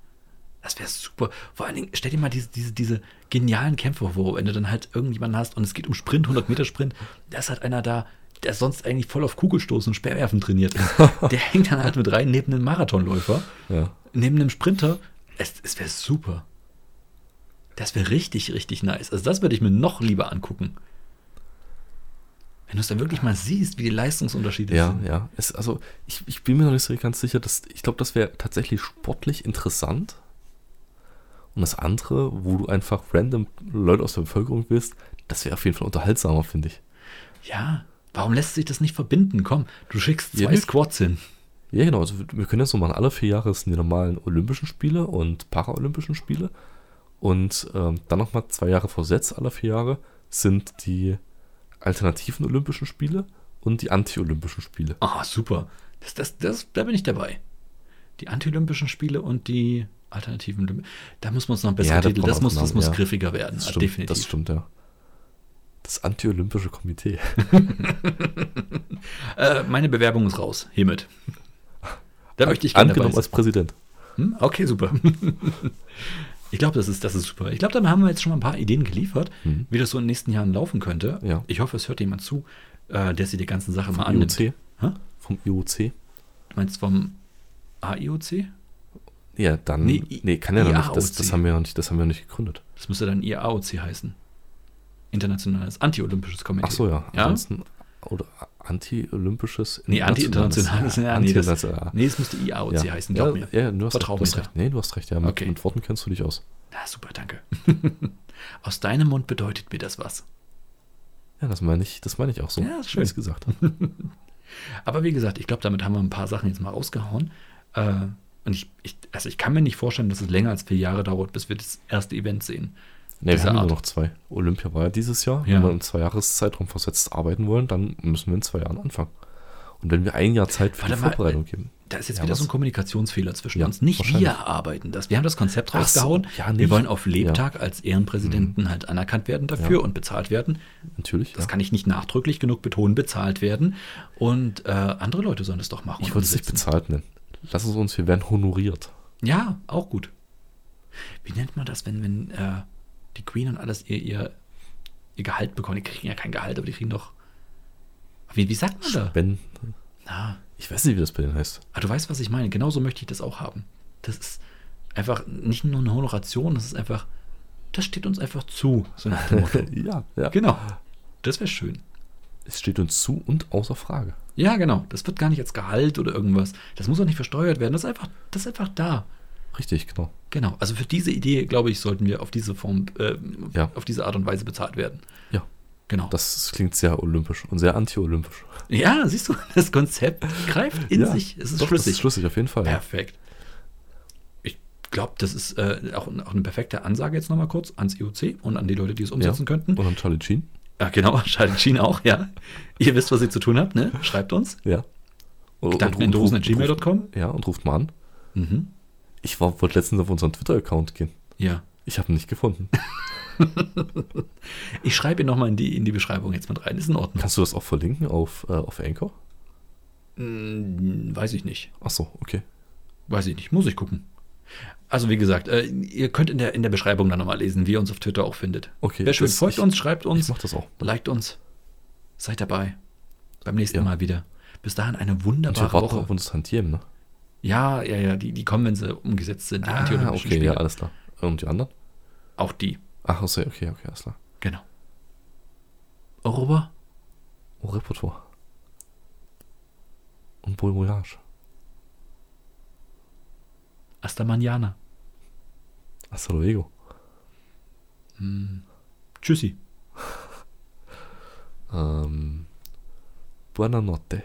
S2: Das wäre super. Vor allen Dingen, stell dir mal diese, diese, diese genialen Kämpfe vor, wenn du dann halt irgendjemanden hast und es geht um Sprint, 100 Meter Sprint. Da ist halt einer da, der sonst eigentlich voll auf Kugelstoßen und Speerwerfen trainiert ist. Der hängt dann halt mit rein neben einem Marathonläufer,
S1: Ja.
S2: neben einem Sprinter. Es, es wäre super. Das wäre richtig, richtig nice. Also das würde ich mir noch lieber angucken. Wenn du es dann wirklich mal siehst, wie die Leistungsunterschiede
S1: Ja,
S2: sind.
S1: ja. Es, also ich, ich bin mir noch nicht so ganz sicher, dass ich glaube, das wäre tatsächlich sportlich interessant. Und das andere, wo du einfach random Leute aus der Bevölkerung willst, das wäre auf jeden Fall unterhaltsamer, finde ich.
S2: Ja, warum lässt sich das nicht verbinden? Komm, du schickst zwei
S1: Ja, nicht.
S2: Squads hin.
S1: Ja, genau. Also wir- wir können das so machen. Alle vier Jahre sind die normalen Olympischen Spiele und Paralympischen Spiele. Und ähm, dann nochmal zwei Jahre versetzt, alle vier Jahre, sind die alternativen Olympischen Spiele und die anti-Olympischen Spiele.
S2: Ah, super. Das, das, das, da bin ich dabei. Die Antiolympischen Spiele und die alternativen Olymp Da muss man uns noch einen besseren
S1: Ja, da
S2: Titel,
S1: brauchen
S2: das
S1: wir
S2: muss,
S1: noch
S2: das
S1: einen,
S2: muss
S1: ja.
S2: griffiger werden.
S1: Das
S2: Ah,
S1: stimmt, das stimmt, ja. Das anti-Olympische Komitee.
S2: äh, meine Bewerbung ist raus, hiermit. Da möchte ich gerne dabei
S1: Angenommen
S2: sein.
S1: als Präsident.
S2: Hm? Okay, super. Ich glaube, das ist, das ist super. Ich glaube, dann haben wir jetzt schon mal ein paar Ideen geliefert,
S1: Mhm.
S2: wie das so in den nächsten Jahren laufen könnte.
S1: Ja.
S2: Ich hoffe, es hört jemand zu, äh, der sich die ganzen Sachen mal annimmt.
S1: IOC.
S2: Hä?
S1: Vom IOC.
S2: Du meinst vom AIOC?
S1: Ja, dann.
S2: Nee,
S1: Nee,
S2: I-
S1: kann ja noch nicht. Das,
S2: IAOC.
S1: das haben wir ja noch nicht. Das haben wir noch nicht gegründet.
S2: Das müsste dann IAOC heißen. Internationales Anti-Olympisches Komitee.
S1: Ach so, ja.
S2: Ja?
S1: Ansonsten. Oder anti-olympisches.
S2: Nee, anti-internationales. Ja, nee, das-
S1: Anti-international.
S2: Nee, es müsste IAOC
S1: ja.
S2: heißen,
S1: ja,
S2: glaub mir.
S1: Ja, du hast,
S2: Vertrau
S1: du hast
S2: mir
S1: recht. Nee, du hast recht. Ja, mit,
S2: Okay.
S1: mit Worten kennst du dich aus.
S2: Na, super, danke. Aus deinem Mund bedeutet mir das was.
S1: Ja, das meine ich, das meine ich auch so.
S2: Ja, ist
S1: wie
S2: schön.
S1: ich's gesagt. habe.
S2: Aber wie gesagt, ich glaube, damit haben wir ein paar Sachen jetzt mal rausgehauen. Äh, und ich, ich, also ich kann mir nicht vorstellen, dass es länger als vier Jahre dauert, bis wir das erste Event sehen.
S1: Nee, wir
S2: Dieser
S1: haben nur
S2: Art.
S1: noch zwei. Olympia war ja dieses Jahr.
S2: Ja.
S1: Wenn wir im Zweijahreszeitraum versetzt arbeiten wollen, dann müssen wir in zwei Jahren anfangen. Und wenn wir ein Jahr Zeit für
S2: Warte
S1: die
S2: mal,
S1: Vorbereitung geben.
S2: Da ist jetzt
S1: Ja,
S2: wieder
S1: was?
S2: so ein Kommunikationsfehler zwischen
S1: Ja,
S2: uns. Nicht
S1: wahrscheinlich.
S2: wir arbeiten das. Wir haben das Konzept
S1: Ach
S2: rausgehauen.
S1: so, ja,
S2: wir
S1: nicht.
S2: wollen auf Lebtag als Ehrenpräsidenten halt anerkannt werden dafür
S1: Ja.
S2: und bezahlt werden.
S1: Natürlich.
S2: Das
S1: ja.
S2: kann ich nicht nachdrücklich genug betonen, bezahlt werden. Und äh, andere Leute sollen es doch machen.
S1: Ich
S2: und
S1: würde es nicht
S2: umsetzen.
S1: bezahlt nennen. Lass es uns, wir werden honoriert.
S2: Ja, auch gut. Wie nennt man das, wenn, wenn äh, die Queen und alles ihr, ihr, ihr Gehalt bekommen? Die kriegen ja kein Gehalt, aber die kriegen doch. Wie, wie sagt man da?
S1: Wenn.
S2: Na,
S1: Ich weiß nicht, wie das bei denen heißt.
S2: ah, du weißt, was ich meine. Genauso möchte ich das auch haben. Das ist einfach nicht nur eine Honoration, das ist einfach. Das steht uns einfach zu. So nach dem Motto.
S1: ja, ja.
S2: genau. Das wäre schön.
S1: Es steht uns zu und außer Frage.
S2: Ja, genau. Das wird gar nicht als Gehalt oder irgendwas. Das muss auch nicht versteuert werden. Das ist einfach, das ist einfach da.
S1: Richtig, genau.
S2: Genau. Also für diese Idee, glaube ich, sollten wir auf diese Form, äh,
S1: Ja.
S2: auf diese Art und Weise bezahlt werden.
S1: Ja.
S2: Genau.
S1: Das klingt sehr olympisch und sehr anti-olympisch.
S2: ja, siehst du, das Konzept greift in sich. Es ist
S1: doch,
S2: schlüssig.
S1: Das ist schlüssig, auf jeden Fall. Ja.
S2: Perfekt. Ich glaube, das ist äh, auch, auch eine perfekte Ansage jetzt nochmal kurz ans IOC und an die Leute, die es umsetzen
S1: ja.
S2: könnten.
S1: Und dann Charlie Sheen.
S2: Ja, genau, schaltet China auch, ja. Ihr wisst, was ihr zu tun habt, ne? Schreibt uns.
S1: Ja. Und,
S2: Gedanken in Dosen at
S1: ruft-
S2: gmail.com.
S1: Ja, und ruft mal an.
S2: Mhm.
S1: Ich war- wollte letztens auf unseren Twitter-Account gehen.
S2: Ja.
S1: Ich habe ihn nicht gefunden.
S2: Ich schreibe ihn nochmal in die, in die Beschreibung jetzt mit rein. Ist in Ordnung.
S1: Kannst du das auch verlinken auf, äh, auf Anchor?
S2: Hm, weiß ich nicht.
S1: Achso, okay.
S2: Weiß ich nicht, muss ich gucken. Also wie gesagt, äh, ihr könnt in der, in der Beschreibung dann nochmal lesen, wie ihr uns auf Twitter auch findet.
S1: Okay,
S2: Wäre schön,
S1: das-
S2: folgt
S1: ich-
S2: uns, schreibt
S1: Ich
S2: uns,
S1: mach das auch.
S2: liked uns. Seid dabei. Beim nächsten
S1: Ja.
S2: Mal wieder. Bis dahin eine
S1: Und
S2: wunderbare
S1: wir warten auf
S2: Woche.
S1: uns Tantiem, ne?
S2: Ja, ja, ja, die, die kommen, wenn sie umgesetzt sind, die
S1: Ah,
S2: antiolympischen
S1: okay, ja,
S2: Spiele.
S1: alles klar. Und die anderen?
S2: Auch die,
S1: Ach, also, okay, okay, alles klar.
S2: genau. Europa?
S1: Au Oh, Repertoire. Und Bon Voyage.
S2: Hasta mañana.
S1: Hasta luego.
S2: Hm. Tschüssi.
S1: Ähm, Buonanotte.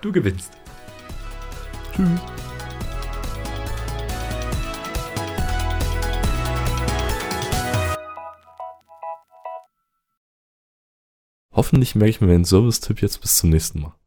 S2: Du gewinnst.
S1: Tschüss. Hoffentlich merke ich mir meinen Service-Tipp jetzt bis zum nächsten Mal.